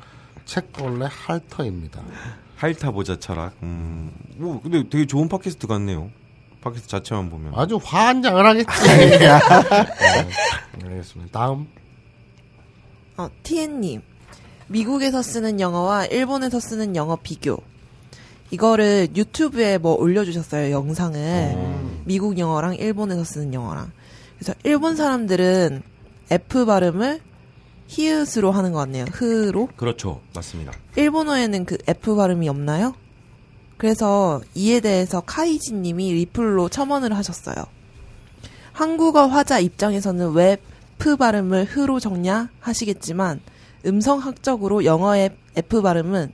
A: 책벌레 할터입니다.
B: 할타 보자 철학. 음. 뭐 근데 되게 좋은 팟캐스트 같네요. 팟캐스트 자체만 보면.
A: 아주 환장을 하겠지. 네, 알겠습니다. 다음
F: 어, TN님. 미국에서 쓰는 영어와 일본에서 쓰는 영어 비교. 이거를 유튜브에 뭐 올려주셨어요, 영상을. 미국 영어랑 일본에서 쓰는 영어랑. 그래서 일본 사람들은 F 발음을 히읗으로 하는 것 같네요. 흐로.
B: 그렇죠. 맞습니다.
F: 일본어에는 그 F 발음이 없나요? 그래서 이에 대해서 카이지 님이 리플로 첨언을 하셨어요. 한국어 화자 입장에서는 왜 F 발음을 흐로 적냐 하시겠지만 음성학적으로 영어의 F 발음은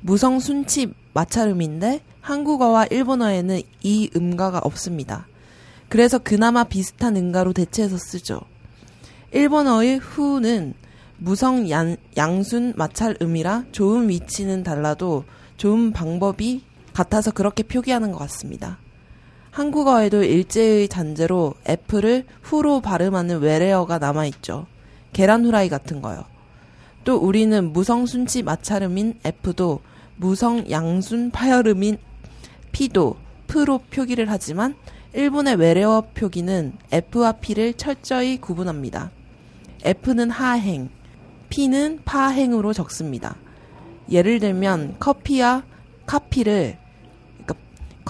F: 무성 순치 마찰음인데 한국어와 일본어에는 이 음가가 없습니다. 그래서 그나마 비슷한 음가로 대체해서 쓰죠. 일본어의 후는 무성 양, 양순 마찰음이라 좋은 위치는 달라도 좋은 방법이 같아서 그렇게 표기하는 것 같습니다. 한국어에도 일제의 잔재로 F를 후로 발음하는 외래어가 남아있죠. 계란 후라이 같은 거요. 또 우리는 무성 순치 마찰음인 F도 무성 양순 파열음인 P도 P로 표기를 하지만 일본의 외래어 표기는 F와 P를 철저히 구분합니다. F는 하행, P는 파행으로 적습니다. 예를 들면 커피와 카피를 그러니까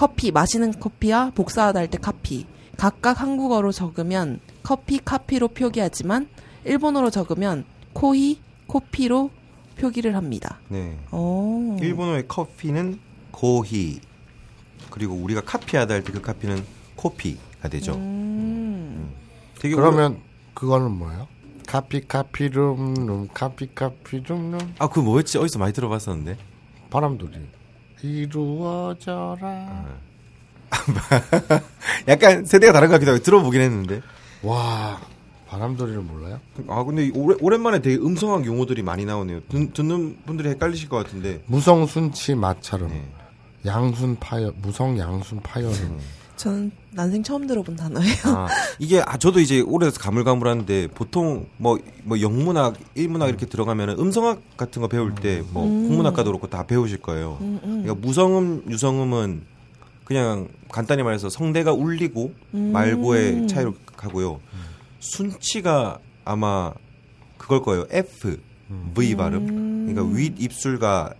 F: 커피 마시는 커피와 복사하다 할 때 카피 각각 한국어로 적으면 커피 카피로 표기하지만 일본어로 적으면 코히 코피로 표기를 합니다.
B: 네.
F: 오.
A: 음.
B: 일본어의 커피는 고히. 그리고 우리가 카피하다 할 때 그 카피는 코피가 되죠. 음. 되게 오래-
A: 그러면 그거는 뭐예요? 카피 카피 룸룸 카피 카피 룸룸
B: 아, 그 뭐였지? 어디서 많이 들어봤었는데.
A: 바람돌이 이루어져라
B: 네. 약간 세대가 다른 것 같기도 하고 들어보긴 했는데.
A: 와 바람돌이를 몰라요?
B: 아 근데 오래, 오랜만에 되게 음성학 용어들이 많이 나오네요. 듣, 듣는 분들이 헷갈리실 것 같은데.
A: 무성순치 마찰음
B: 네.
A: 양순 파열 무성 양순 파열음
F: 저는 난생 처음 들어본 단어예요.
B: 아, 이게 아 저도 이제 오래돼서 가물가물한데 보통 뭐 뭐 영문학, 일문학 이렇게 들어가면 음성학 같은 거 배울 때 뭐 국문학과도 그렇고 다 배우실 거예요. 그러니까 무성음, 유성음은 그냥 간단히 말해서 성대가 울리고 말고의 차이로 가고요. 순치가 아마 그걸 거예요. F V 발음. 그러니까 윗 입술과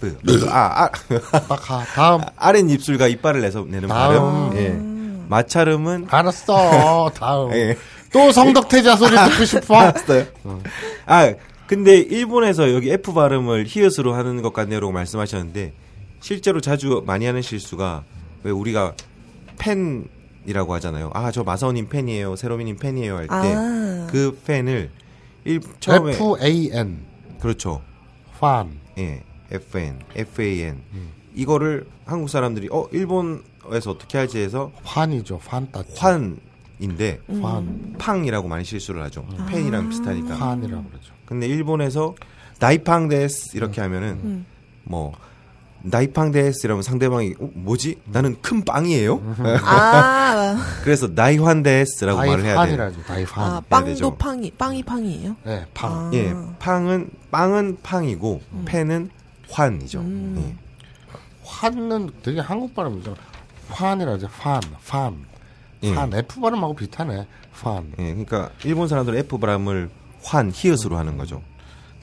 B: V. 아, 아.
A: 빡하 다음
B: 아랫 입술과 이빨을 내서 내는
A: 다음.
B: 발음. 예. 마찰음은
A: 아. 알았어 다음
B: 예.
A: 또 성덕태자 소리 듣고 싶어
B: 아 근데 일본에서 여기 F 발음을 히읗으로 하는 것 같네요라고 말씀하셨는데 실제로 자주 많이 하는 실수가 왜 우리가 팬이라고 하잖아요. 아 저 마사오님 팬이에요, 세로미님 팬이에요 할 때 그
F: 아.
B: 팬을 일 처음에
A: F A N
B: 그렇죠.
A: 환
B: 예. FN, FAN
A: 음.
B: 이거를 한국 사람들이 어 일본에서 어떻게 할지 해서
A: 환이죠. 환 따.
B: 환인데
A: 환.
B: 팡이라고 많이 실수를 하죠. 팬이랑 비슷하니까.
A: 환이라고 그러죠.
B: 근데 일본에서 나이팡 데스 이렇게 하면은 뭐 나이팡 데스 이러면 상대방이 어, 뭐지? 나는 큰 빵이에요.
F: 아,
B: 그래서 음. 나이환 데스라고 말을 해야 돼. 요
A: 다이환이라죠. 다이환.
F: 아
B: 되죠.
F: 빵도 팡이, 빵이 팡이에요?
A: 네, 방.
F: 아.
B: 예, 팡은 빵은 팡이고 팬은 환이죠. 예.
A: 환은 되게 한국 발음이죠. 환이라죠. 환, 환.
B: 예.
A: 환. F 발음하고 비슷하네. 환.
B: 예, 그러니까 일본 사람들은 F 발음을 환 히읗으로 하는 거죠.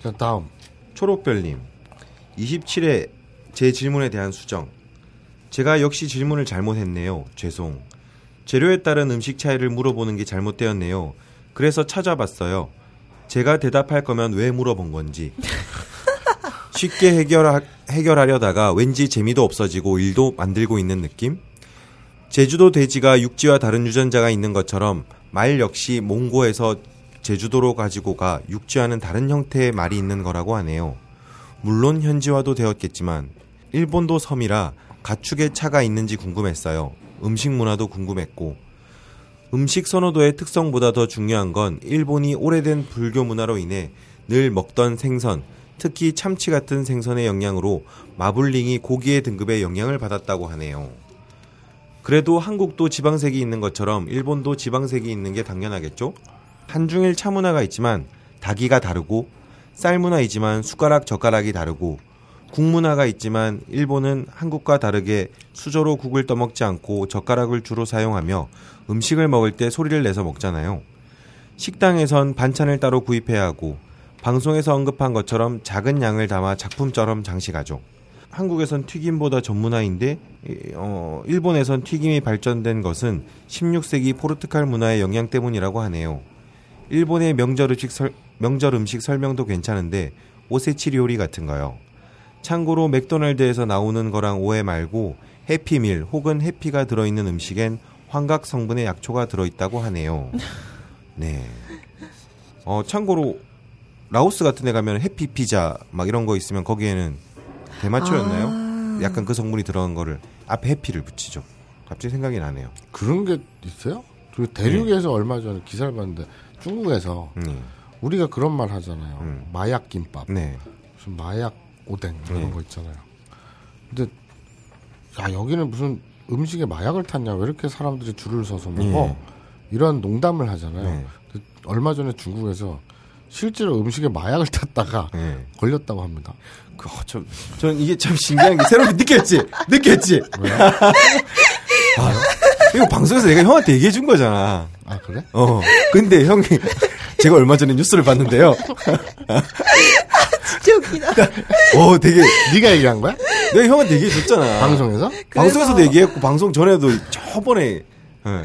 A: 자, 다음.
B: 초록별님 27회 제 질문에 대한 수정 제가 역시 질문을 잘못했네요 죄송 재료에 따른 음식 차이를 물어보는 게 잘못되었네요 그래서 찾아봤어요 제가 대답할 거면 왜 물어본 건지 쉽게 해결하, 해결하려다가 왠지 재미도 없어지고 일도 만들고 있는 느낌 제주도 돼지가 육지와 다른 유전자가 있는 것처럼 말 역시 몽고에서 제주도로 가지고 가 육지와는 다른 형태의 말이 있는 거라고 하네요. 물론 현지화도 되었겠지만 일본도 섬이라 가축의 차가 있는지 궁금했어요. 음식 문화도 궁금했고 음식 선호도의 특성보다 더 중요한 건 일본이 오래된 불교 문화로 인해 늘 먹던 생선, 특히 참치 같은 생선의 영향으로 마블링이 고기의 등급에 영향을 받았다고 하네요. 그래도 한국도 지방색이 있는 것처럼 일본도 지방색이 있는 게 당연하겠죠? 한중일 차문화가 있지만 다기가 다르고 쌀문화이지만 숟가락 젓가락이 다르고 국문화가 있지만 일본은 한국과 다르게 수저로 국을 떠먹지 않고 젓가락을 주로 사용하며 음식을 먹을 때 소리를 내서 먹잖아요. 식당에선 반찬을 따로 구입해야 하고 방송에서 언급한 것처럼 작은 양을 담아 작품처럼 장식하죠. 한국에선 튀김보다 전문화인데 이- 어, 일본에선 튀김이 발전된 것은 16세기 포르투갈 문화의 영향 때문이라고 하네요. 일본의 명절 음식, 설, 명절 음식 설명도 괜찮은데 오세치 요리 같은 거요. 참고로 맥도날드에서 나오는 거랑 오해 말고 해피밀 혹은 해피가 들어있는 음식엔 환각 성분의 약초가 들어있다고 하네요. 네. 어, 참고로 라오스 같은 데 가면 해피 피자 막 이런 거 있으면 거기에는 대마초였나요?
F: 아.
B: 약간 그 성분이 들어간 거를 앞에 해피를 붙이죠. 갑자기 생각이 나네요.
A: 그런 게 있어요? 저
B: 예.
A: 대륙에서 얼마 전에 기사를 봤는데 중국에서
B: 음.
A: 우리가 그런 말 하잖아요.
B: 음.
A: 마약 김밥,
B: 네.
A: 무슨 마약 오뎅 이런
B: 네.
A: 거 있잖아요. 근데 야 여기는 무슨 음식에 마약을 탔냐? 왜 이렇게 사람들이 줄을 서서 먹어?
B: 네.
A: 이런 농담을 하잖아요.
B: 네.
A: 근데 얼마 전에 중국에서 실제로 음식에 마약을 탔다가
B: 네.
A: 걸렸다고 합니다.
B: 그, 어, 참, 전 이게 참 신기한 게 새롭게 느꼈지? 느꼈지? 아, 이거 방송에서 내가 형한테 얘기해 준 거잖아.
A: 아 그래?
B: 어. 근데 형이, 제가 얼마 전에 뉴스를 봤는데요.
F: 진짜 웃기다.
B: 어, 되게,
A: 네가 얘기한 거야?
B: 내가 형한테 얘기해 줬잖아.
A: 방송에서?
B: 방송에서도 얘기했고, 방송 전에도 저번에, 예.
A: 아,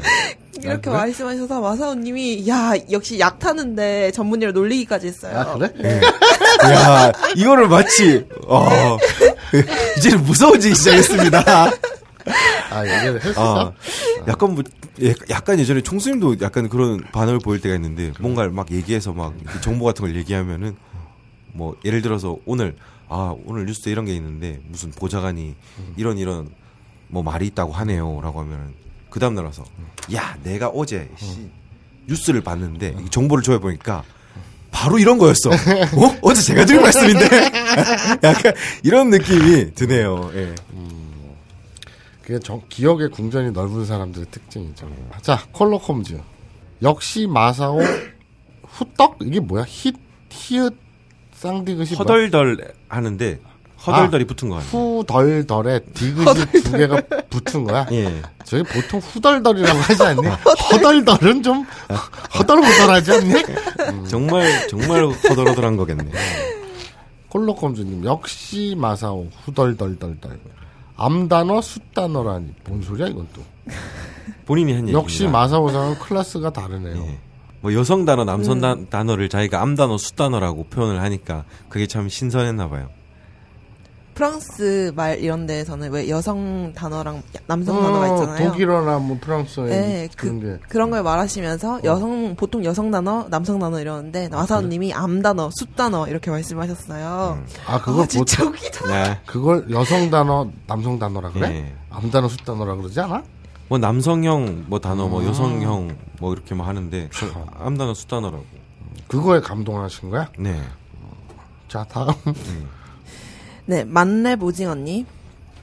F: 이렇게 말씀하셔서 마사오님이 야 역시 약 타는데 전문의를 놀리기까지 했어요.
A: 아 그래?
B: 네. 야 이거를 마치, 어, 이제는 무서워지기 시작했습니다.
A: 아 얘기를 했어?
B: 아, 약간 뭐 예, 약간 예전에 총수님도 약간 그런 반응을 보일 때가 있는데 뭔가를 막 얘기해서 막 이렇게 정보 같은 걸 얘기하면은 뭐 예를 들어서 오늘 아 오늘 뉴스 에 이런 게 있는데 무슨 보좌관이 이런 이런 뭐 말이 있다고 하네요라고 하면은 그 다음 날 와서 야 내가 어제 씨, 뉴스를 봤는데 이 정보를 줘야 보니까 바로 이런 거였어. 어? 어제 제가 드린 말씀인데 약간 이런 느낌이 드네요. 예.
A: 그게 정- 기억의 궁전이 넓은 사람들의 특징이죠. 자, 콜로콤즈. 역시 마사오 후떡 이게 뭐야? 히 히읗 쌍디귿이 뭐야?
B: 허덜덜 하는데 허덜덜이 붙은 거 아니에요?
A: 후덜덜에 디귿이 두 개가 붙은 거야.
B: 예. 아.
A: 저게 보통 후덜덜이라고 하지 않니? 허덜덜은 좀 허덜허덜하지 않니?
B: 정말 정말 허덜허덜한 거겠네.
A: 콜로콤즈님 역시 마사오 후덜덜덜덜. 암단어 숫단어라니 뭔 소리야 이건 또.
B: 본인이 한 얘기.
A: 역시 마사오상은 클래스가 다르네요.
B: 예. 뭐 여성 단어,
A: 음.
B: 남성 단, 단어를 자기가 암 단어, 수 단어라고 표현을 하니까 그게 참 신선했나 봐요.
F: 프랑스 말 이런 데에서는 왜 여성 단어랑 야- 남성 단어가
A: 어,
F: 있잖아요.
A: 독일어나 뭐 프랑스어
F: 네,
A: 그런
F: 그,
A: 게
F: 그런 걸
A: 어.
F: 말하시면서 여성 보통 여성 단어, 남성 단어 이러는데 마사오님이 암 단어, 숲 단어 이렇게 말씀하셨어요.
A: 아, 그걸
F: 아, 진짜
A: 보통-
F: 웃기다.
B: 네.
A: 그걸 여성 단어, 남성 단어라 그래?
B: 예.
A: 암 단어, 숫 단어라 그러지 않아?
B: 뭐 남성형 뭐 단어
A: 음.
B: 뭐 여성형 뭐 이렇게 뭐 하는데 저 암단어 수단어라고.
A: 그거에 감동하신 거야?
B: 네.
A: 자, 다음.
F: 네, 만렙 오징어님.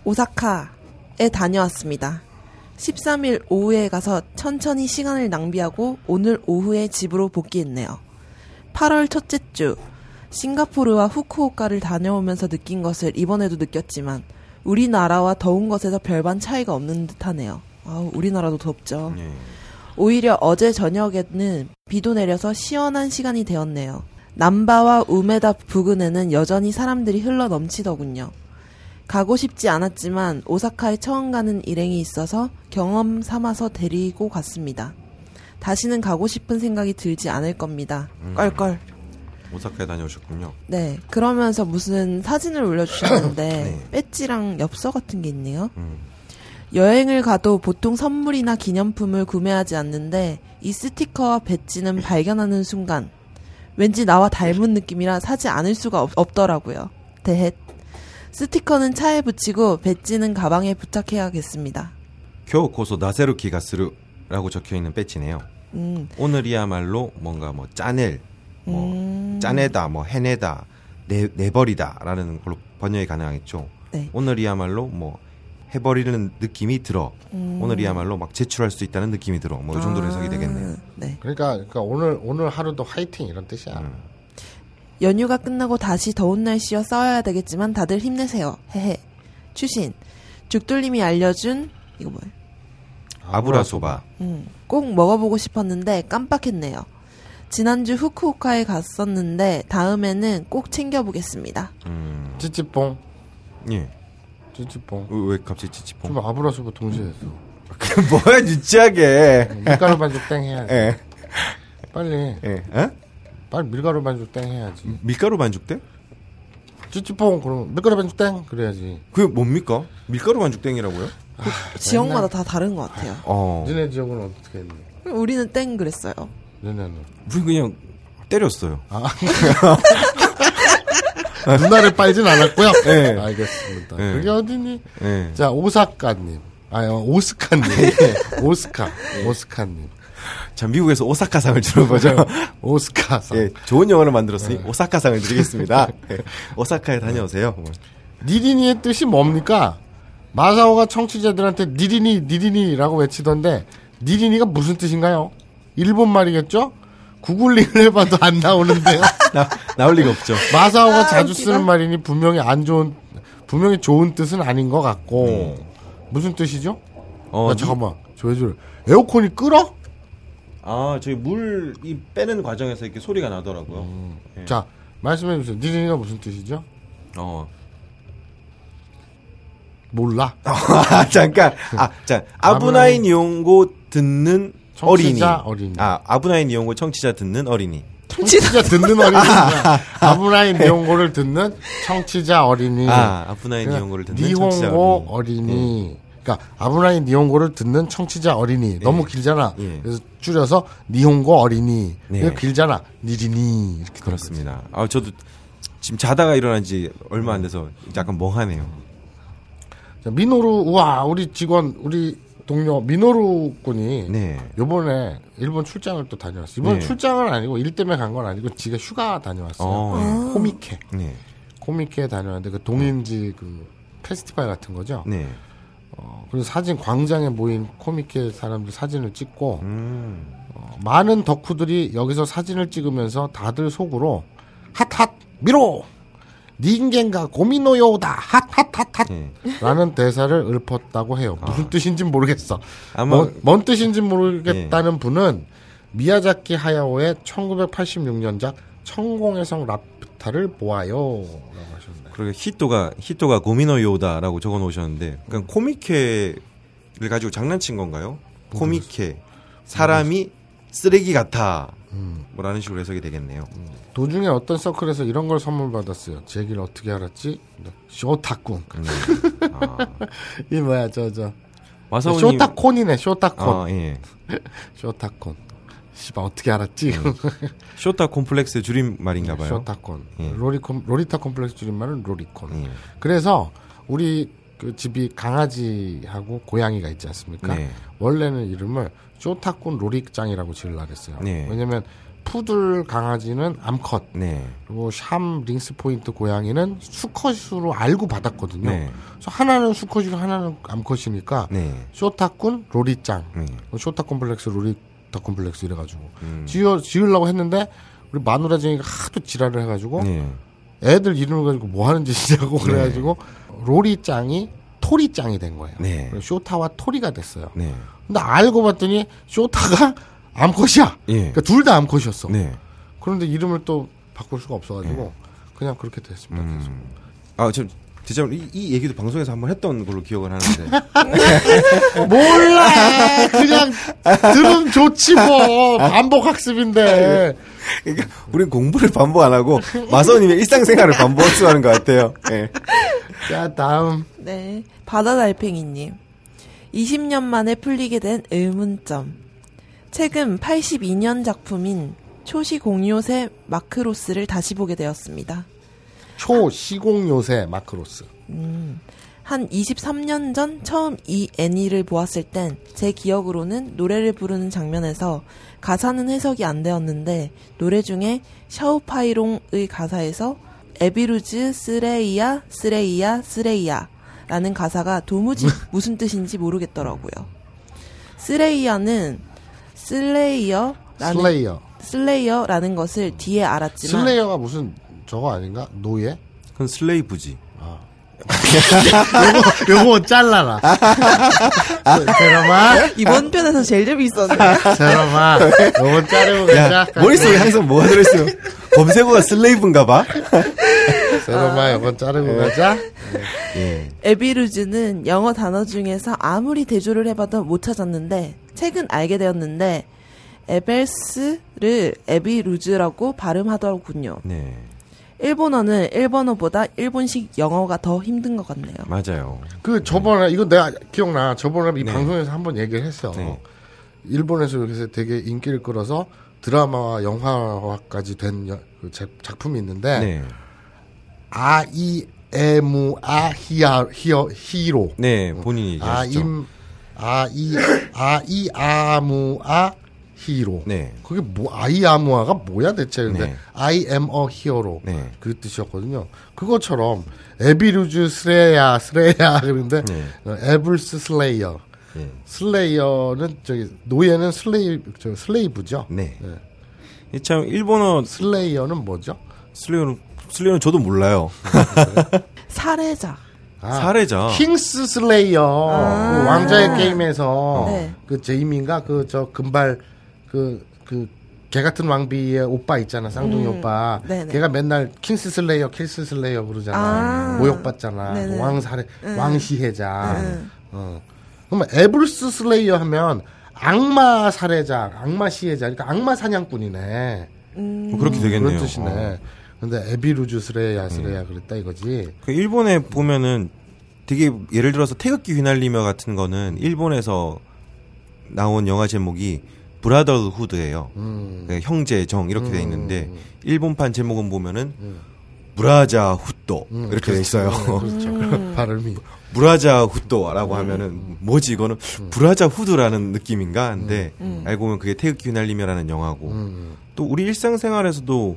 F: 오사카에 다녀왔습니다. 13일 오후에 가서 천천히 시간을 낭비하고 오늘 오후에 집으로 복귀했네요. 8월 첫째 주, 싱가포르와 후쿠오카를 다녀오면서 느낀 것을 이번에도 느꼈지만, 우리나라와 더운 것에서 별반 차이가 없는 듯 하네요. 아우, 우리나라도 덥죠.
B: 예.
F: 오히려 어제 저녁에는 비도 내려서 시원한 시간이 되었네요. 남바와 우메다 부근에는 여전히 사람들이 흘러 넘치더군요. 가고 싶지 않았지만 오사카에 처음 가는 일행이 있어서 경험 삼아서 데리고 갔습니다. 다시는 가고 싶은 생각이 들지 않을 겁니다. 껄껄.
B: 오사카에 다녀오셨군요.
F: 네. 그러면서 무슨 사진을 올려주셨는데
B: 네.
F: 배지랑 엽서 같은 게 있네요.
B: 음.
F: 여행을 가도 보통 선물이나 기념품을 구매하지 않는데 이 스티커와 배지는 발견하는 순간 왠지 나와 닮은 느낌이라 사지 않을 수가 없, 더라고요 대헷. 스티커는 차에 붙이고 배지는 가방에 부착해야겠습니다.
B: 교 고소 나세루 기가스루라고 적혀 있는 배치네요.
F: 음.
B: 오늘이야말로 뭔가 뭐 짜낼, 뭐
F: 음.
B: 짜내다, 뭐 해내다, 내 내버리다라는 걸로 번역이 가능하겠죠.
F: 네.
B: 오늘이야말로 뭐 해버리는 느낌이 들어. 오늘이야말로 막 제출할 수 있다는 느낌이 들어. 뭐 이 정도로 해석이 되겠네요.
F: 음. 아, 네.
A: 그러니까, 그러니까 오늘, 오늘 하루도 화이팅 이런 뜻이야.
B: 음.
F: 연휴가 끝나고 다시 더운 날씨여 싸워야 되겠지만 다들 힘내세요. 헤헤. 추신. 죽돌님이 알려준 이거 뭐예요?
B: 아브라소바.
F: 음, 꼭 먹어보고 싶었는데 깜빡했네요. 지난주 후쿠오카에 갔었는데 다음에는 꼭 챙겨보겠습니다.
B: 음.
A: 찌찌뽕.
B: 예.
A: 찌찌뽕.
B: 왜 갑자기 찌찌뽕?
A: 좀 아브라소바 동시에 했어.
B: 뭐야 유치하게.
A: 밀가루 반죽 땡 해야지.
B: 예.
A: 빨리.
B: 예. 에?
A: 빨리 밀가루 반죽 땡 해야지.
B: 밀가루 반죽대?
A: 찌찌뽕 그러면 밀가루 반죽 땡 그래야지.
B: 그게 뭡니까? 밀가루 반죽땡이라고요?
F: 지역마다 다 다른 것 같아요.
B: 어.
A: 너네 지역은 어떻게 했니?
F: 우리는 땡 그랬어요.
A: 너네는.
B: 우리 그냥 때렸어요. 아.
A: 누나를 빨진 않았고요.
B: 네.
A: 알겠습니다.
B: 네.
A: 그게 어디니?
B: 예.
A: 자, 오사카님. 아, 어, 오스카님.
B: 예.
A: 오스카. 오스카님.
B: 자, 미국에서 오사카상을 들어보죠.
A: 오스카. 상
B: 예, 좋은 영화를 만들었으니 오사카상을 드리겠습니다. 예, 오사카에 다녀오세요. 뭐.
A: 니린이의 뜻이 뭡니까? 마사오가 청취자들한테 니린이, 니린이라고 외치던데, 니린이가 무슨 뜻인가요? 일본 말이겠죠? 구글링을 해봐도 안 나오는데요.
B: 나, 나올 리가 없죠.
A: 마사오가 자주 쓰는 말이니 분명히 안 좋은, 분명히 좋은 뜻은 아닌 것 같고, 무슨 뜻이죠?
B: 음. 어,
A: 야, 잠깐만. 저 해줄 에어컨이 끓어?
B: 아, 저희 물이 빼는 과정에서 이렇게 소리가 나더라고요.
A: 자, 말씀해 주세요. 니린이가 무슨 뜻이죠?
B: 어.
A: 몰라.
B: 아, 잠깐. 아, 자, 아브나인 이용고 듣는
A: 청취자
B: 어린이.
A: 어린이.
B: 아, 아브나인 이용고 청취자 듣는 어린이.
A: 청취자 듣는 어린이. 아브라인 니온고를 듣는 청취자 어린이.
B: 아, 아브나인 이용고를 듣는 청취자
A: 그러니까 니홍고
B: 어린이.
A: 음.
B: 예,
A: 어린이. 그러니까 아브라인 니홍고를 듣는 청취자 어린이 너무 길잖아.
B: 예.
A: 그래서 줄여서 니홍고 어린이.
B: 네.
A: 그래서 길잖아. 니리니 이렇게 되는 거지.
B: 그렇습니다. 아, 저도 지금 자다가 일어난 지 얼마 안 돼서 약간 멍하네요.
A: 자, 미노루 우와 우리 직원 우리 동료 미노루 군이
B: 네.
A: 요번에 일본 출장을 또 다녀왔어. 이번
B: 네.
A: 출장은 아니고 일 때문에 간 건 아니고 지가 휴가 다녀왔어요.
B: 어.
A: 코미케.
B: 네.
A: 코미케 다녀왔는데 그 동인지 그 페스티벌 같은 거죠.
B: 네.
A: 그리고 사진 광장에 모인 코미케 사람들 사진을 찍고
B: 음.
A: 어, 많은 덕후들이 여기서 사진을 찍으면서 다들 속으로 핫핫 미로 닌겐가 고미노요다 핫핫핫핫
B: 네.
A: 라는 대사를 읊었다고 해요. 무슨 뜻인지 모르겠어.
B: 아. 아마- 예.
A: 뭔, 뭔 뜻인지 모르겠다는 분은 미야자키 하야오의 1986년작 천공의 성 라프타를 보아요라고 하셨네요.
B: 그리고 히토가 히토가 고미노 요다라고 적어 놓으셨는데 그러니까 코미케를 가지고 장난친 건가요? 코미케 사람이 쓰레기 같아. 뭐라는 식으로 해석이 되겠네요.
A: 도중에 어떤 서클에서 이런 걸 선물 받았어요. 제 얘기를 어떻게 알았지? 네. 쇼타쿤.
B: 네.
A: 이 뭐야, 저, 저.
B: 마사오님
A: 네, 쇼타콘이네, 쇼타콘.
B: 아 예.
A: 쇼타콘. 씨발, 어떻게 알았지?
B: 쇼타 콤플렉스의 줄임말인가봐요.
A: 쇼타콘.
B: 예.
A: 로리콘, 로리타 콤플렉스 줄임말은 로리콘.
B: 예.
A: 그래서 우리 그 집이 강아지하고 고양이가 있지 않습니까?
B: 네.
A: 원래는 이름을 쇼타콘 로릭장이라고 지으려고 했어요.
B: 네.
A: 왜냐면 푸들 강아지는 암컷,
B: 네.
A: 그리고 샴 링스 포인트 고양이는 수컷으로 알고 받았거든요.
B: 네.
A: 그래서 하나는 수컷이고 하나는 암컷이니까
B: 네.
A: 쇼타쿤 로리짱,
B: 네.
A: 쇼타 콤플렉스 로리타 콤플렉스 이래가지고
B: 음.
A: 지어 지으려고 했는데 우리 마누라쟁이가 하도 지랄을 해가지고
B: 네.
A: 애들 이름을 가지고 뭐 하는 짓이냐고 그래가지고 로리짱이 토리짱이 된 거예요.
B: 네.
A: 그래서 쇼타와 토리가 됐어요.
B: 네.
A: 근데 알고 봤더니 쇼타가 암컷이야.
B: 예.
A: 그러니까 둘 다 암컷이었어.
B: 네.
A: 그런데 이름을 또 바꿀 수가 없어가지고 그냥 그렇게 됐습니다. 그래서.
B: 아 지금 진짜 이, 이 얘기도 방송에서 한번 했던 걸로 기억을 하는데
A: 몰라 그냥 들으면 좋지 뭐 반복 학습인데
B: 그러니까 우린 공부를 반복 안 하고 마서님의 일상생활을 반복하는 것 같아요. 예.
A: 자 다음
F: 네. 바다달팽이님. 20년 만에 풀리게 된 의문점. 최근 82년 작품인 초시 공요새 마크로스를 다시 보게 되었습니다.
A: 초시공 요새 마크로스
F: 한 23년 전 처음 이 애니를 보았을 땐 제 기억으로는 노래를 부르는 장면에서 가사는 해석이 안 되었는데 노래 중에 샤오파이롱의 가사에서 에비루즈 쓰레이야 쓰레이야 쓰레이야 라는 가사가 도무지 무슨 뜻인지 모르겠더라고요. 쓰레이야는 슬레이어라는
A: 슬레이어
F: 슬레이어라는 것을 뒤에 알았지만
A: 슬레이어가 무슨 저거 아닌가 노예
B: 그건 슬레이브지.
A: 요거 요거 잘라라 아. 제놈아
F: 이번 편에서 제일 재미있었는데
A: 제놈아 요거 자르고 가자
B: 머릿속에 항상 뭐가 들어있어요? 검색어가 슬레이브인가봐.
A: 제놈아 네. 요거 자르고 가자
B: 예.
F: 에비루즈는 영어 단어 중에서 아무리 대조를 해봐도 못 찾았는데 최근 알게 되었는데 에벨스를 에비루즈라고 발음하더군요.
B: 네.
F: 일본어는 일본어보다 일본식 영어가 더 힘든 것 같네요.
B: 맞아요.
A: 그 저번에 이거 내가 기억나 저번에 이 방송에서 한번 얘기를 했어
B: 네.
A: 일본에서 요새 되게 인기를 끌어서 드라마와 영화화까지 된 여- 그 제- 작품이 있는데
B: 네.
A: 아이에무 아히아 히어 히로
B: 네, 본인이 얘기하시죠.
A: 아임 아이 아이아무아 히로
B: 네.
A: 그게 뭐 아이아무아가 뭐야 대체 근데
B: 네.
A: I am a hero
B: 네.
A: 그 뜻이었거든요 그것처럼 에비루즈 슬레야 슬레야 그런데
B: 네.
A: 어, 에블스 슬레이어
B: 예.
A: 슬레이어는 저기 노예는 슬레이 저 슬레이브죠
B: 네. 이 참 일본어
A: 슬레이어는 뭐죠
B: 슬레이어는 슬레이어는 저도 몰라요.
F: 사례자.
A: 아,
B: 사례자.
A: 킹스 슬레이어
F: 아.
A: 그 왕자의 게임에서
F: 네.
A: 그 제이민가 그 저 금발 그 그 개 같은 왕비의 오빠 있잖아 쌍둥이 오빠
F: 음. 네네.
A: 걔가 맨날 킹스 슬레이어 킹스 슬레이어 그러잖아 뭐
F: 아.
A: 모욕받잖아
F: 네네. 음.
A: 왕사례 왕시해자 어 그러면 에블스 슬레이어 하면 악마 살해자 악마 시해자 그러니까 악마 사냥꾼이네
B: 뭐 그렇게 되겠네요. 어. 음.
A: 그런 뜻이네 근데 에비루즈 슬레이야 슬레이야 그랬다 이거지
B: 그 일본에 보면은 되게 예를 들어서 태극기 휘날리며 같은 거는 일본에서 나온 영화 제목이 브라더후드예요.
A: 음.
B: 그 형제 정 이렇게 돼 있는데 일본판 제목은 보면은 브라자 후또 이렇게 돼 있어요.
A: 음. 그렇죠 발음이
B: 브라자 후또라고
A: 음.
B: 하면은 뭐지 이거는 브라자 후드라는 느낌인가
A: 음.
B: 한데 알고 보면 그게 태극기 휘날리며라는 영화고 또 우리 일상생활에서도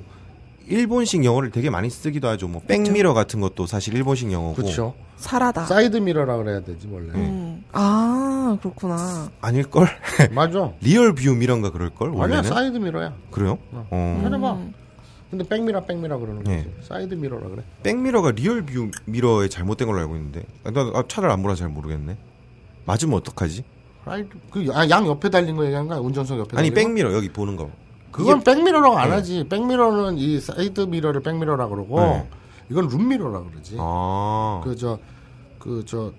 B: 일본식 영어를 되게 많이 쓰기도 하죠. 뭐 백미러 같은 것도 사실 일본식 영어고
A: 그렇죠
F: 사라다.
A: 사이드 미러라 그래야 되지 원래.
F: 음. 아, 그렇구나.
B: 아닐 걸
A: 맞아.
B: 리얼 뷰 미러인가 그럴 걸
A: 아니야
B: 원래는
A: 사이드 미러야.
B: 그래요? 어.
A: 해봐. 근데 백미러 백미러 그러는 거지.
B: 네.
A: 사이드 미러라 그래.
B: 백미러가 리얼 뷰 미러에 잘못된 걸로 알고 있는데 아, 나 아, 차를 안 몰라 서잘 모르겠네. 맞으면 어떡하지?
A: 사이드 그양 옆에 달린 거 얘기한 거야? 운전석 옆에. 달린
B: 아니
A: 거?
B: 백미러 네. 여기 보는 거.
A: 그건 백미러라고 안 하지. 백미러는 이 사이드 미러를 백미러라 그러고
B: 네.
A: 이건 룸미러라 그러지.
B: 아.
A: 그 저 그 저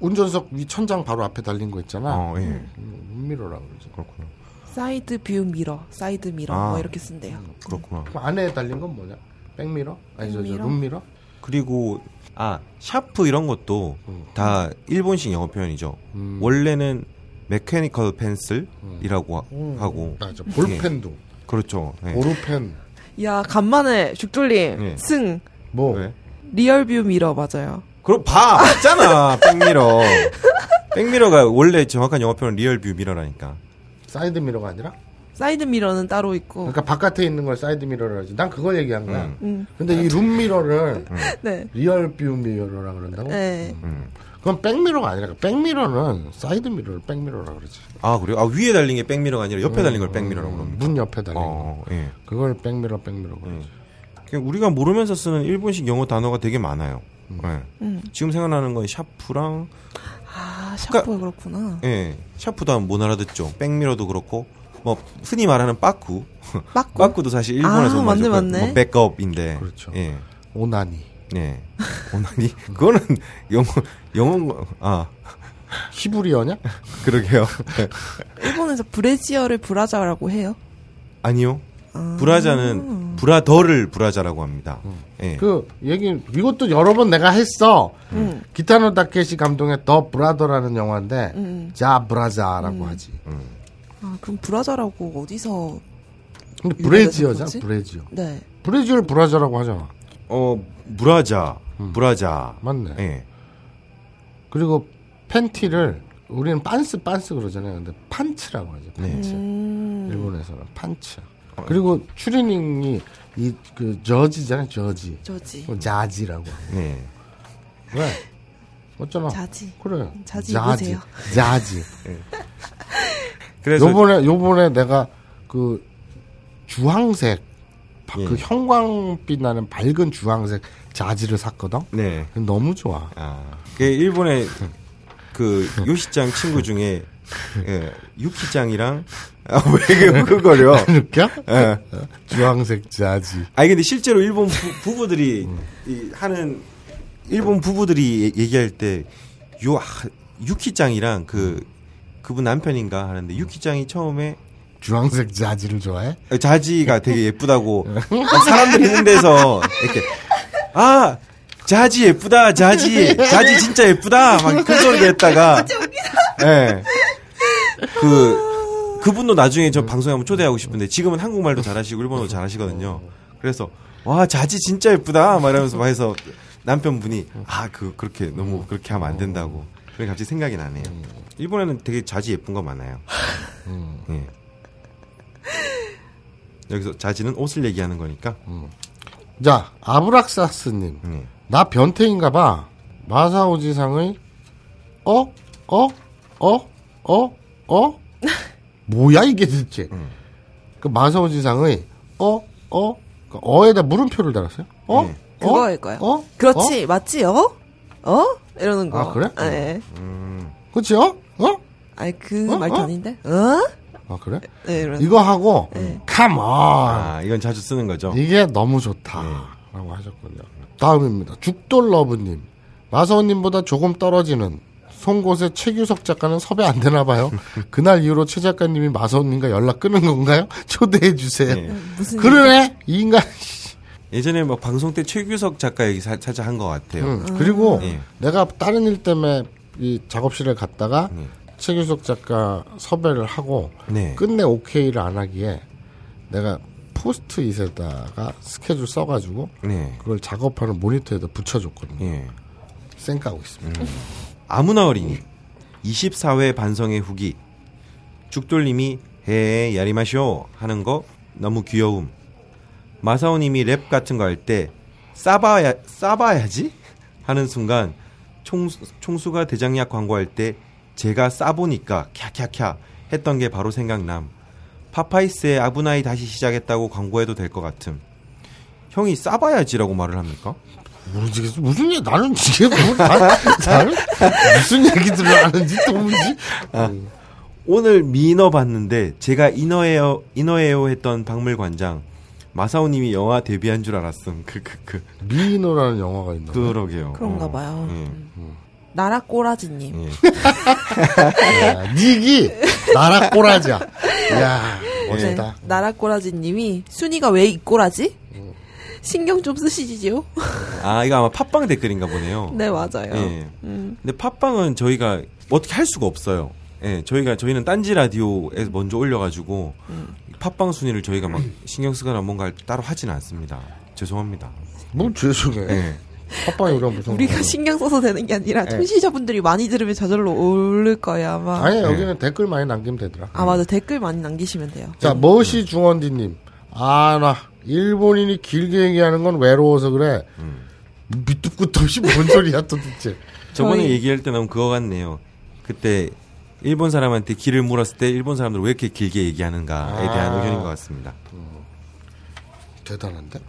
A: 운전석 위 천장 바로 앞에 달린 거 있잖아.
B: 어, 예.
A: 음, 룸미러라 그러지.
B: 그렇구나.
F: 사이드 뷰 미러, 사이드 미러
B: 아.
F: 뭐 이렇게 쓴대요.
B: 그렇구나.
A: 그럼 안에 달린 건 뭐냐? 백미러? 아니 저, 저
F: 백미러?
A: 룸미러?
B: 그리고 아 샤프 이런 것도 다 일본식 영어 표현이죠. 원래는 메카니컬 펜슬이라고 하, 고
A: 맞아. 볼펜도
B: 그렇죠. 네.
A: 보루펜
F: 야 간만에 죽돌님
A: 예.
B: 네.
F: 승
A: 뭐
B: 네.
F: 리얼 뷰 미러 맞아요.
B: 그럼 봐 맞잖아 백미러. 백미러가 원래 정확한 영어 표현 은 리얼뷰 미러라니까.
A: 사이드 미러가 아니라?
F: 사이드 미러는 따로 있고
A: 그러니까 바깥에 있는 걸 사이드 미러라 하지. 난 그걸 얘기한 거야.
F: 음.
A: 근데 이 룸미러를
F: 네.
A: 리얼 뷰 미러라 그런다고?
F: 네.
A: 음. 그건 백미러가 아니라 백미러는 사이드 미러를 백미러라 그러지.
B: 아 그래요? 아 위에 달린 게 백미러가 아니라 옆에 달린 걸 백미러라고
A: 음,
B: 그럽니다.
A: 문 옆에 달린 거.
B: 어, 예.
A: 그걸 백미러 백미러 그러지.
B: 그냥 우리가 모르면서 쓰는 일본식 영어 단어가 되게 많아요. 예. 지금 생각나는 건 샤프랑
A: 그러니까
F: 아 샤프가 그렇구나
B: 예. 샤프도 한번 못 알아듣죠. 백미러도 그렇고 뭐 흔히 말하는 빠꾸.
F: 빠꾸?
B: 도 사실 일본에서
F: 아, 맞네,
B: 먼저 그-
F: 맞네.
B: 뭐 백업인데.
A: 그렇죠.
B: 예.
A: 오나니.
B: 예. 오나니 그거는 영어 영어 아
A: 히브리어냐?
B: 그러게요.
F: 일본에서 브레지어를 브라자라고 해요.
B: 아니요. 브라자는 브라더를 브라자라고 합니다. 예.
A: 그 얘기 이것도 여러 번 내가 했어.
F: 음.
A: 기타노 다케시 감독의 더 브라더라는 영화인데
F: 음.
A: 자 브라자라고 하지.
F: 아 그럼 브라자라고 어디서?
A: 근데
F: 유럽에서
A: 브레지어잖아
F: 그렇지?
A: 브레지어.
F: 네.
A: 브레지어를 브라자라고 하잖아.
B: 어 브라자 브라자
A: 음. 맞네.
B: 예.
A: 그리고 팬티를 우리는 빤스 빤스 그러잖아요. 근데 판츠라고 하죠.
B: 네.
A: 판츠.
F: 음.
A: 일본에서는 판츠. 그리고 추리닝이 이 그 저지잖아요. 저지.
F: 저지.
A: 그거 자지라고. 하고.
B: 네.
A: 왜? 어쩌나.
F: 자지.
A: 그래.
F: 자지
A: 자지.
F: 입으세요.
A: 자지.
B: 그래서
A: 요번에 요번에 내가 그 주황색 바-
B: 예.
A: 그 형광빛 나는 밝은 주황색 자지를 샀거든.
B: 네.
A: 너무 좋아.
B: 아, 그 일본의 그 요시짱 친구 중에 예, 유키짱이랑 아, 왜 그거려?
A: 느껴?
B: 예.
A: 주황색 자지.
B: 아니 근데 실제로 일본 부, 부들이 이, 하는 일본 부부들이 얘- 얘기할 때요 아, 유키짱이랑 그 그분 남편인가 하는데 유키짱이 처음에
A: 주황색 자지를 좋아해?
B: 자지가 되게 예쁘다고 막 사람들이 있는 데서 이렇게 아 자지 예쁘다 자지 자지 진짜 예쁘다 막큰 소리 냈다가 예. 예그 그분도 나중에 저 방송에 한번 초대하고 싶은데 지금은 한국말도 잘하시고 일본어도 잘하시거든요 그래서 와 자지 진짜 예쁘다 막 이러면서 막 해서 남편분이 아 그 그렇게 너무 그렇게 하면 안 된다고 그래 갑자기 생각이 나네요 일본에는 되게 자지 예쁜 거 많아요 예. 여기서 자지는 옷을 얘기하는 거니까.
A: 자, 아브락사스님.
B: 네.
A: 나 변태인가 봐. 마사오지상의 어? 어? 어? 어? 어? 뭐야 이게 대체?
B: 음.
A: 그 마사오지상의 어? 어? 그 어에다 물음표를 달았어요? 어?
B: 네.
A: 어?
F: 그거일 거예요.
A: 어?
F: 그렇지 맞지요? 어? 이러는 거.
A: 아, 그래?
F: 아, 예.
A: 그렇지 어? 어?
F: 아니 그
A: 어?
F: 말도
A: 어?
F: 아닌데. 어?
A: 아 그래?
F: 네, 이런. 네.
A: 이거 하고 컴온
B: 아, 이건 자주 쓰는 거죠.
A: 이게 너무 네, 좋다라고 하셨군요. 다음입니다. 죽돌러브님 마서원님보다 조금 떨어지는 송곳의 최규석 작가는 섭외 안 되나 봐요. 그날 이후로 최 작가님이 마서원님과 연락 끊은 건가요? 초대해 주세요.
B: 네.
F: 무슨 아.
A: 그러네 이 인간.
B: 예전에 막 방송 때 최규석 작가 얘기 사- 살짝 한 것 같아요.
A: 음, 그리고
B: 네.
A: 내가 다른 일 때문에 이 작업실에 갔다가
B: 네.
A: 최규석 작가 섭외를 하고
B: 네.
A: 끝내 오케이를 안 하기에 내가 포스트잇에다가 스케줄 써가지고
B: 네.
A: 그걸 작업하는 모니터에다 붙여줬거든요.
B: 예.
A: 쌩까고 있습니다.
B: 아무나 어린이 24회 반성의 후기 죽돌님이 헤 야리마쇼 하는 거 너무 귀여움 마사오님이 랩 같은 거 할 때 싸봐야 싸봐야지 하는 순간 총수, 총수가 대장약 광고할 때 제가 싸보니까 캬캬캬 했던 게 바로 생각남 파파이스의 아브나이 다시 시작했다고 광고해도 될 것 같음 형이 싸봐야지라고 말을 합니까?
A: 모르겠어. 무슨 얘기, 나는 이게 뭐, 나, 나는 무슨 얘기들을 하는지 또 뭔지.
B: 오늘 미너 봤는데 제가 이너에요 이너에요 했던 박물관장 마사오님이 영화 데뷔한 줄 알았음. 크크크.
A: 미노라는 영화가 있나? 그,
B: 그러게요.
F: 그런가
B: 어.
F: 봐요. 음.
B: 예.
F: 나라 꼬라지님.
B: 예.
A: 닉이 나라 네 꼬라지야. 이야, 멋있다.
F: 나락꼬라지님이 순이가 왜 이꼬라지?
B: 음.
F: 신경 좀 쓰시지요?
B: 아 이거 아마 팟빵 댓글인가 보네요.
F: 네 맞아요.
B: 예.
F: 음,
B: 근데 팟빵은 저희가 어떻게 할 수가 없어요. 예, 저희가 저희는 딴지 라디오에 먼저 올려가지고
F: 음.
B: 팟빵 순위를 저희가 막 신경 쓰거나 뭔가 따로 하진 않습니다. 죄송합니다.
A: 뭐 죄송해.
B: 예.
A: 팟빵이 우리가 무슨
F: 우리가 신경 써서 되는 게 아니라 청취자분들이 많이 들으면 저절로 오를 거예요 아마.
A: 아니 여기는 댓글 많이 남기면 되더라.
F: 아 맞아 댓글 많이 남기시면 돼요.
A: 자, 머시 중원디님. 아, 나 일본인이 길게 얘기하는 건 외로워서 그래. 밑도 끝도 없이 뭔 소리야 도대체.
B: 저번에
F: 저희-
B: 얘기할 때 나온 그거 같네요. 그때 일본 사람한테 길을 물었을 때 일본 사람들 왜 이렇게 길게 얘기하는가에 대한
A: 아.
B: 의견인 것 같습니다.
A: 대단한데?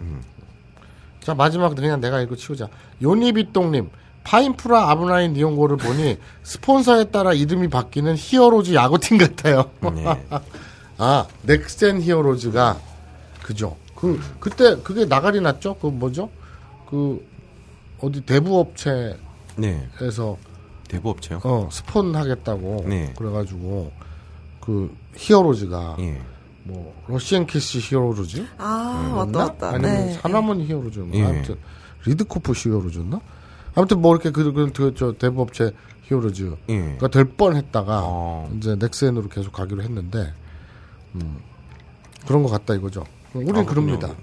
A: 자, 마지막 그냥 내가 읽고 치우자. 요니비똥님. 파인프라 아브나인 니온고를 보니 스폰서에 따라 이름이 바뀌는 히어로즈 야구팀 같아요.
B: 네.
A: 아, 넥센 히어로즈가 그죠. 그 그때 그게 나가리 났죠. 그 뭐죠? 그 어디 대부 업체에서
B: 네. 대부 업체요.
A: 어, 스폰 하겠다고
B: 네.
A: 그래가지고 그 히어로즈가
B: 예.
A: 뭐 러시안 캐시 히어로즈
F: 아 맞다 맞다.
A: 음, 아니면
F: 네.
A: 사나문 히어로즈였나
B: 예.
A: 아무튼 리드코프 히어로즈였나 아무튼 뭐 이렇게 그그저 대부업체 히어로즈가
B: 예.
A: 될 뻔했다가
B: 어.
A: 이제 넥센으로 계속 가기로 했는데 음, 그런 것 같다 이거죠. 우린
B: 아, 그렇군요.
A: 그럽니다.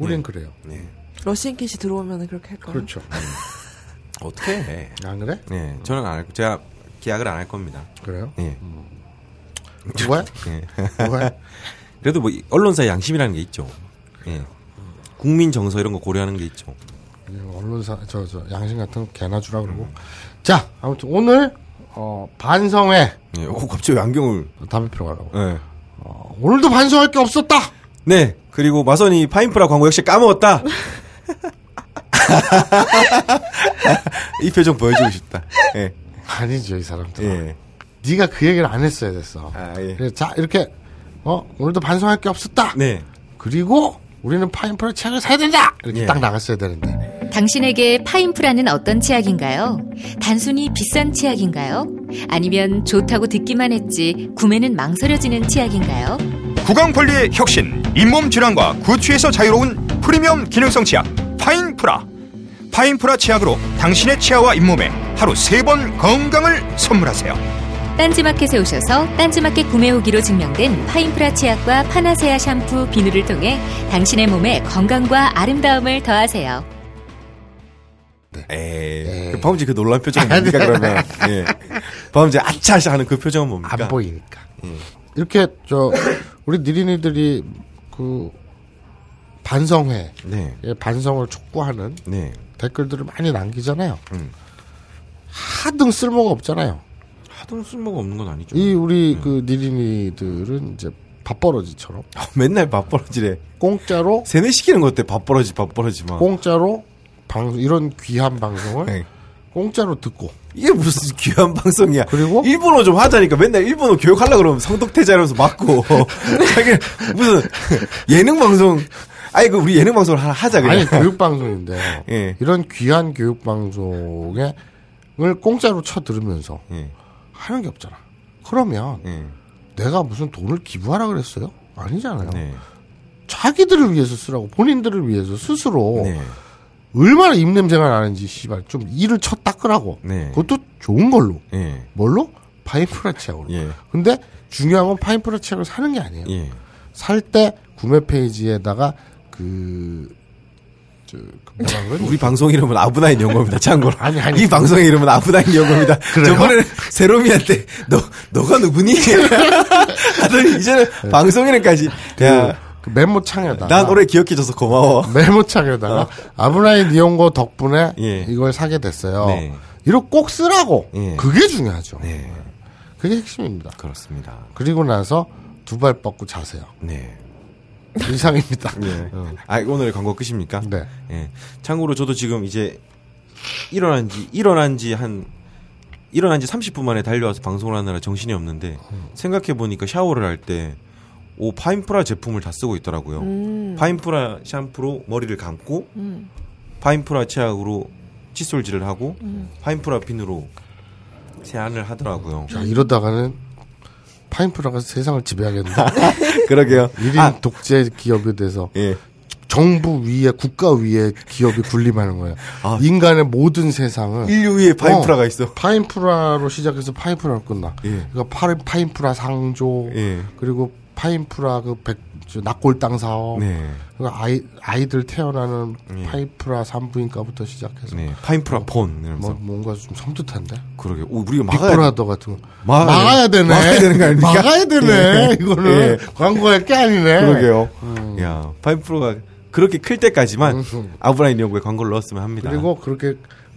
A: 우린 그래요.
B: 네.
F: 러시앤 캐시 들어오면 그렇게 할 거예요.
A: 그렇죠.
B: 어떻게 해?
A: 안 그래?
B: 네. 저는 안 할, 제가 계약을 안 할 겁니다.
A: 그래요?
B: 네.
A: 누가야?
B: 네.
A: 누가야?
B: 그래도 뭐 이- 언론사의 양심이라는 게 있죠. 예. 국민 정서 이런 거 고려하는 게 있죠.
A: 그냥 예, 언론사 저 저 양심 같은 거 개나 주라 그러고 자 아무튼 오늘 어, 반성회
B: 예. 오, 갑자기 안경을.
A: 담배 피러 가려고
B: 예.
A: 어, 오늘도 반성할 게 없었다
B: 네. 그리고 마선이 파인프라 광고 역시 까먹었다. 이 표정 보여주고 싶다. 예.
A: 아니죠 이 사람들
B: 예.
A: 네가 그 얘기를 안 했어야 됐어
B: 아, 예.
A: 그래서 자 이렇게 어 오늘도 반성할 게 없었다
B: 네.
A: 그리고 우리는 파인프라 책을 사야 된다 이렇게
B: 예.
A: 딱 나갔어야 되는데
G: 당신에게 파인프라는 어떤 치약인가요? 단순히 비싼 치약인가요? 아니면 좋다고 듣기만 했지 구매는 망설여지는 치약인가요?
E: 구강관리의 혁신, 잇몸 질환과 구취에서 자유로운 프리미엄 기능성 치약 파인프라. 파인프라 치약으로 당신의 치아와 잇몸에 하루 세 번 건강을 선물하세요.
G: 딴지마켓에 오셔서 딴지마켓 구매 후기로 증명된 파인프라 치약과 파나세아 샴푸 비누를 통해 당신의 몸에 건강과 아름다움을 더하세요.
B: 에이. 그 바움지 그 놀란 표정은 뭡니까, 그러면? 예. 바움지 아차아차 하는 그 표정은 뭡니까? 예.
A: 안 보이니까 이렇게 저 우리 니린이들이 그 반성회
B: 네.
A: 의 반성을 촉구하는
B: 네. 음.
A: 댓글들을 많이 남기잖아요. 하등 쓸모가 없잖아요.
B: 하등 쓸모가 없는 건 아니죠.
A: 이 우리 그 니린이들은 이제 밥버러지처럼
B: 맨날 밥벌어지래.
A: 공짜로
B: 세뇌시키는 것 같아, 밥벌어지, 밥벌어지만.
A: 공짜로 방송 이런 귀한 방송을
B: 네.
A: 공짜로 듣고
B: 이게 무슨 귀한 방송이야.
A: 그리고?
B: 일본어 좀 하자니까 맨날 일본어 교육하려고 그러면 성덕태자 이러면서 맞고.
A: 네.
B: 자기 무슨 예능 방송. 아니, 그 우리 예능 방송을 하나 하자, 그냥.
A: 아니 교육 방송인데
B: 예.
A: 이런 귀한 교육 방송에 을 공짜로 쳐 들으면서
B: 예,
A: 하는 게 없잖아. 그러면
B: 예,
A: 내가 무슨 돈을 기부하라 그랬어요? 아니잖아요.
B: 네.
A: 자기들을 위해서 쓰라고 본인들을 위해서 스스로
B: 네.
A: 얼마나 입냄새가 나는지 씨발 좀 이를 쳐 닦으라고.
B: 네.
A: 그것도 좋은 걸로.
B: 예,
A: 뭘로? 파인프라 치약으로.
B: 예.
A: 근데 중요한 건 파인프라 치약을 사는 게 아니에요.
B: 예.
A: 살 때 구매 페이지에다가 그, 저, 그 뭐라 그러지?
B: 우리 방송 이름은 아브나인 영어입니다, 참고로.
A: 아니, 아니.
B: 이 방송 이름은 아브나인 영어입니다. 저번에는 세롬이한테, 너, 너가 누구니? 하더니 이제는 방송 이름까지. 야,
A: 그 메모창에다가.
B: 난 오래 기억해줘서 고마워.
A: 메모창에다가 아브라인 니온고 덕분에
B: 예.
A: 이걸 사게 됐어요.
B: 네.
A: 이거 꼭 쓰라고.
B: 예.
A: 그게 중요하죠.
B: 네,
A: 그게 핵심입니다.
B: 그렇습니다.
A: 그리고 나서 두 발 뻗고 자세요.
B: 네.
A: 이상입니다.
B: 예. 아, 오늘 광고 끝입니까?
A: 네.
B: 예. 참고로 저도 지금 이제 일어난 지, 일어난 지 한, 일어난 지 30분 만에 달려와서 방송을 하느라 정신이 없는데, 생각해보니까 샤워를 할 때, 오, 파인프라 제품을 다 쓰고 있더라고요. 파인프라 샴푸로 머리를 감고,
F: 음.
B: 파인프라 치약으로 칫솔질을 하고, 파인프라 핀으로 세안을 하더라고요.
A: 자, 이러다가는 파인프라가 세상을 지배하겠는데
B: 그러게요.
A: 1인
B: 아,
A: 독재 기업에 대해서
B: 예.
A: 정부 위에 국가 위에 기업이 군림하는 거예요.
B: 아.
A: 인간의 모든 세상을
B: 인류 위에 예, 파인프라가
A: 어,
B: 있어.
A: 파인프라로 시작해서 파인프라로 끝나.
B: 예.
A: 그러니까 파, 파인프라 상조
B: 예.
A: 그리고 파인프라 그 백, 저 낙골당 사업
B: 네. 예.
A: 그 아이 아이들 태어나는 파인프라 산부인과부터 시작해서
B: 네. 파인프라 폰 이러면서.
A: 뭐 뭔가 좀 섬뜩한데.
B: 그러게. 오, 우리가 막아야
A: 빅브라더 같은 거
B: 막아야-
A: 막아야 되네.
B: 막아야 되는 거 아닙니까?
A: 막아야 되네.
B: 예.
A: 이거는
B: 예.
A: 광고할 게 아니네.
B: 그러게요. 야, 파인프라가 그렇게 클 때까지만
A: 음.
B: 아브라인 연구에 광고를 넣었으면 합니다.
A: 그리고 그렇게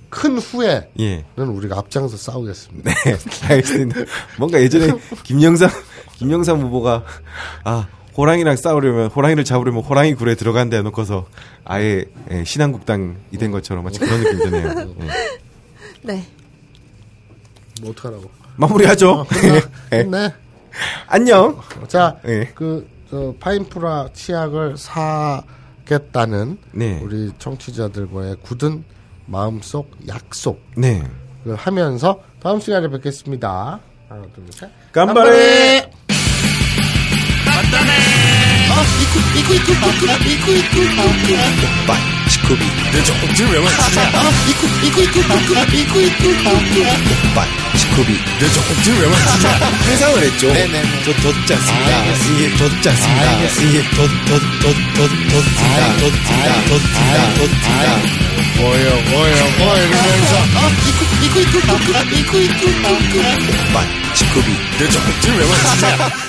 A: 큰 후에는
B: 아. 예.
A: 우리가 앞장서 싸우겠습니다.
B: 네, 알겠습니다. 뭔가 예전에 김영삼 김영삼 후보가 아 호랑이랑 싸우려면 호랑이를 잡으려면 호랑이 굴에 들어간다 해놓고서 아예 예, 신한국당이 된 것처럼 마치 그런 느낌 드네요. 예.
F: 네.
A: 뭐 어떡하라고.
B: 마무리하죠.
A: 어, 끝나.
B: 예.
A: 끝내.
B: 안녕.
A: 자,
B: 예.
A: 그, 저, 파인프라 치약을 사겠다는
B: 네.
A: 우리 청취자들과의 굳은 마음속 약속을
B: 네.
A: 하면서 다음 시간에 뵙겠습니다. 하나, 둘, 셋.
B: 깜발에
H: 상을 했죠. 네네네. 더 덧지 않습니다. 이게 덧지 않습니다. 이게 덧덧덧덧덧덧다 덧다 덧다 덧다.
A: 뭐예요, 뭐예요, 뭐예요, 이러면서.
H: 빠, 치쿠비. 내 조금 들으면 진짜.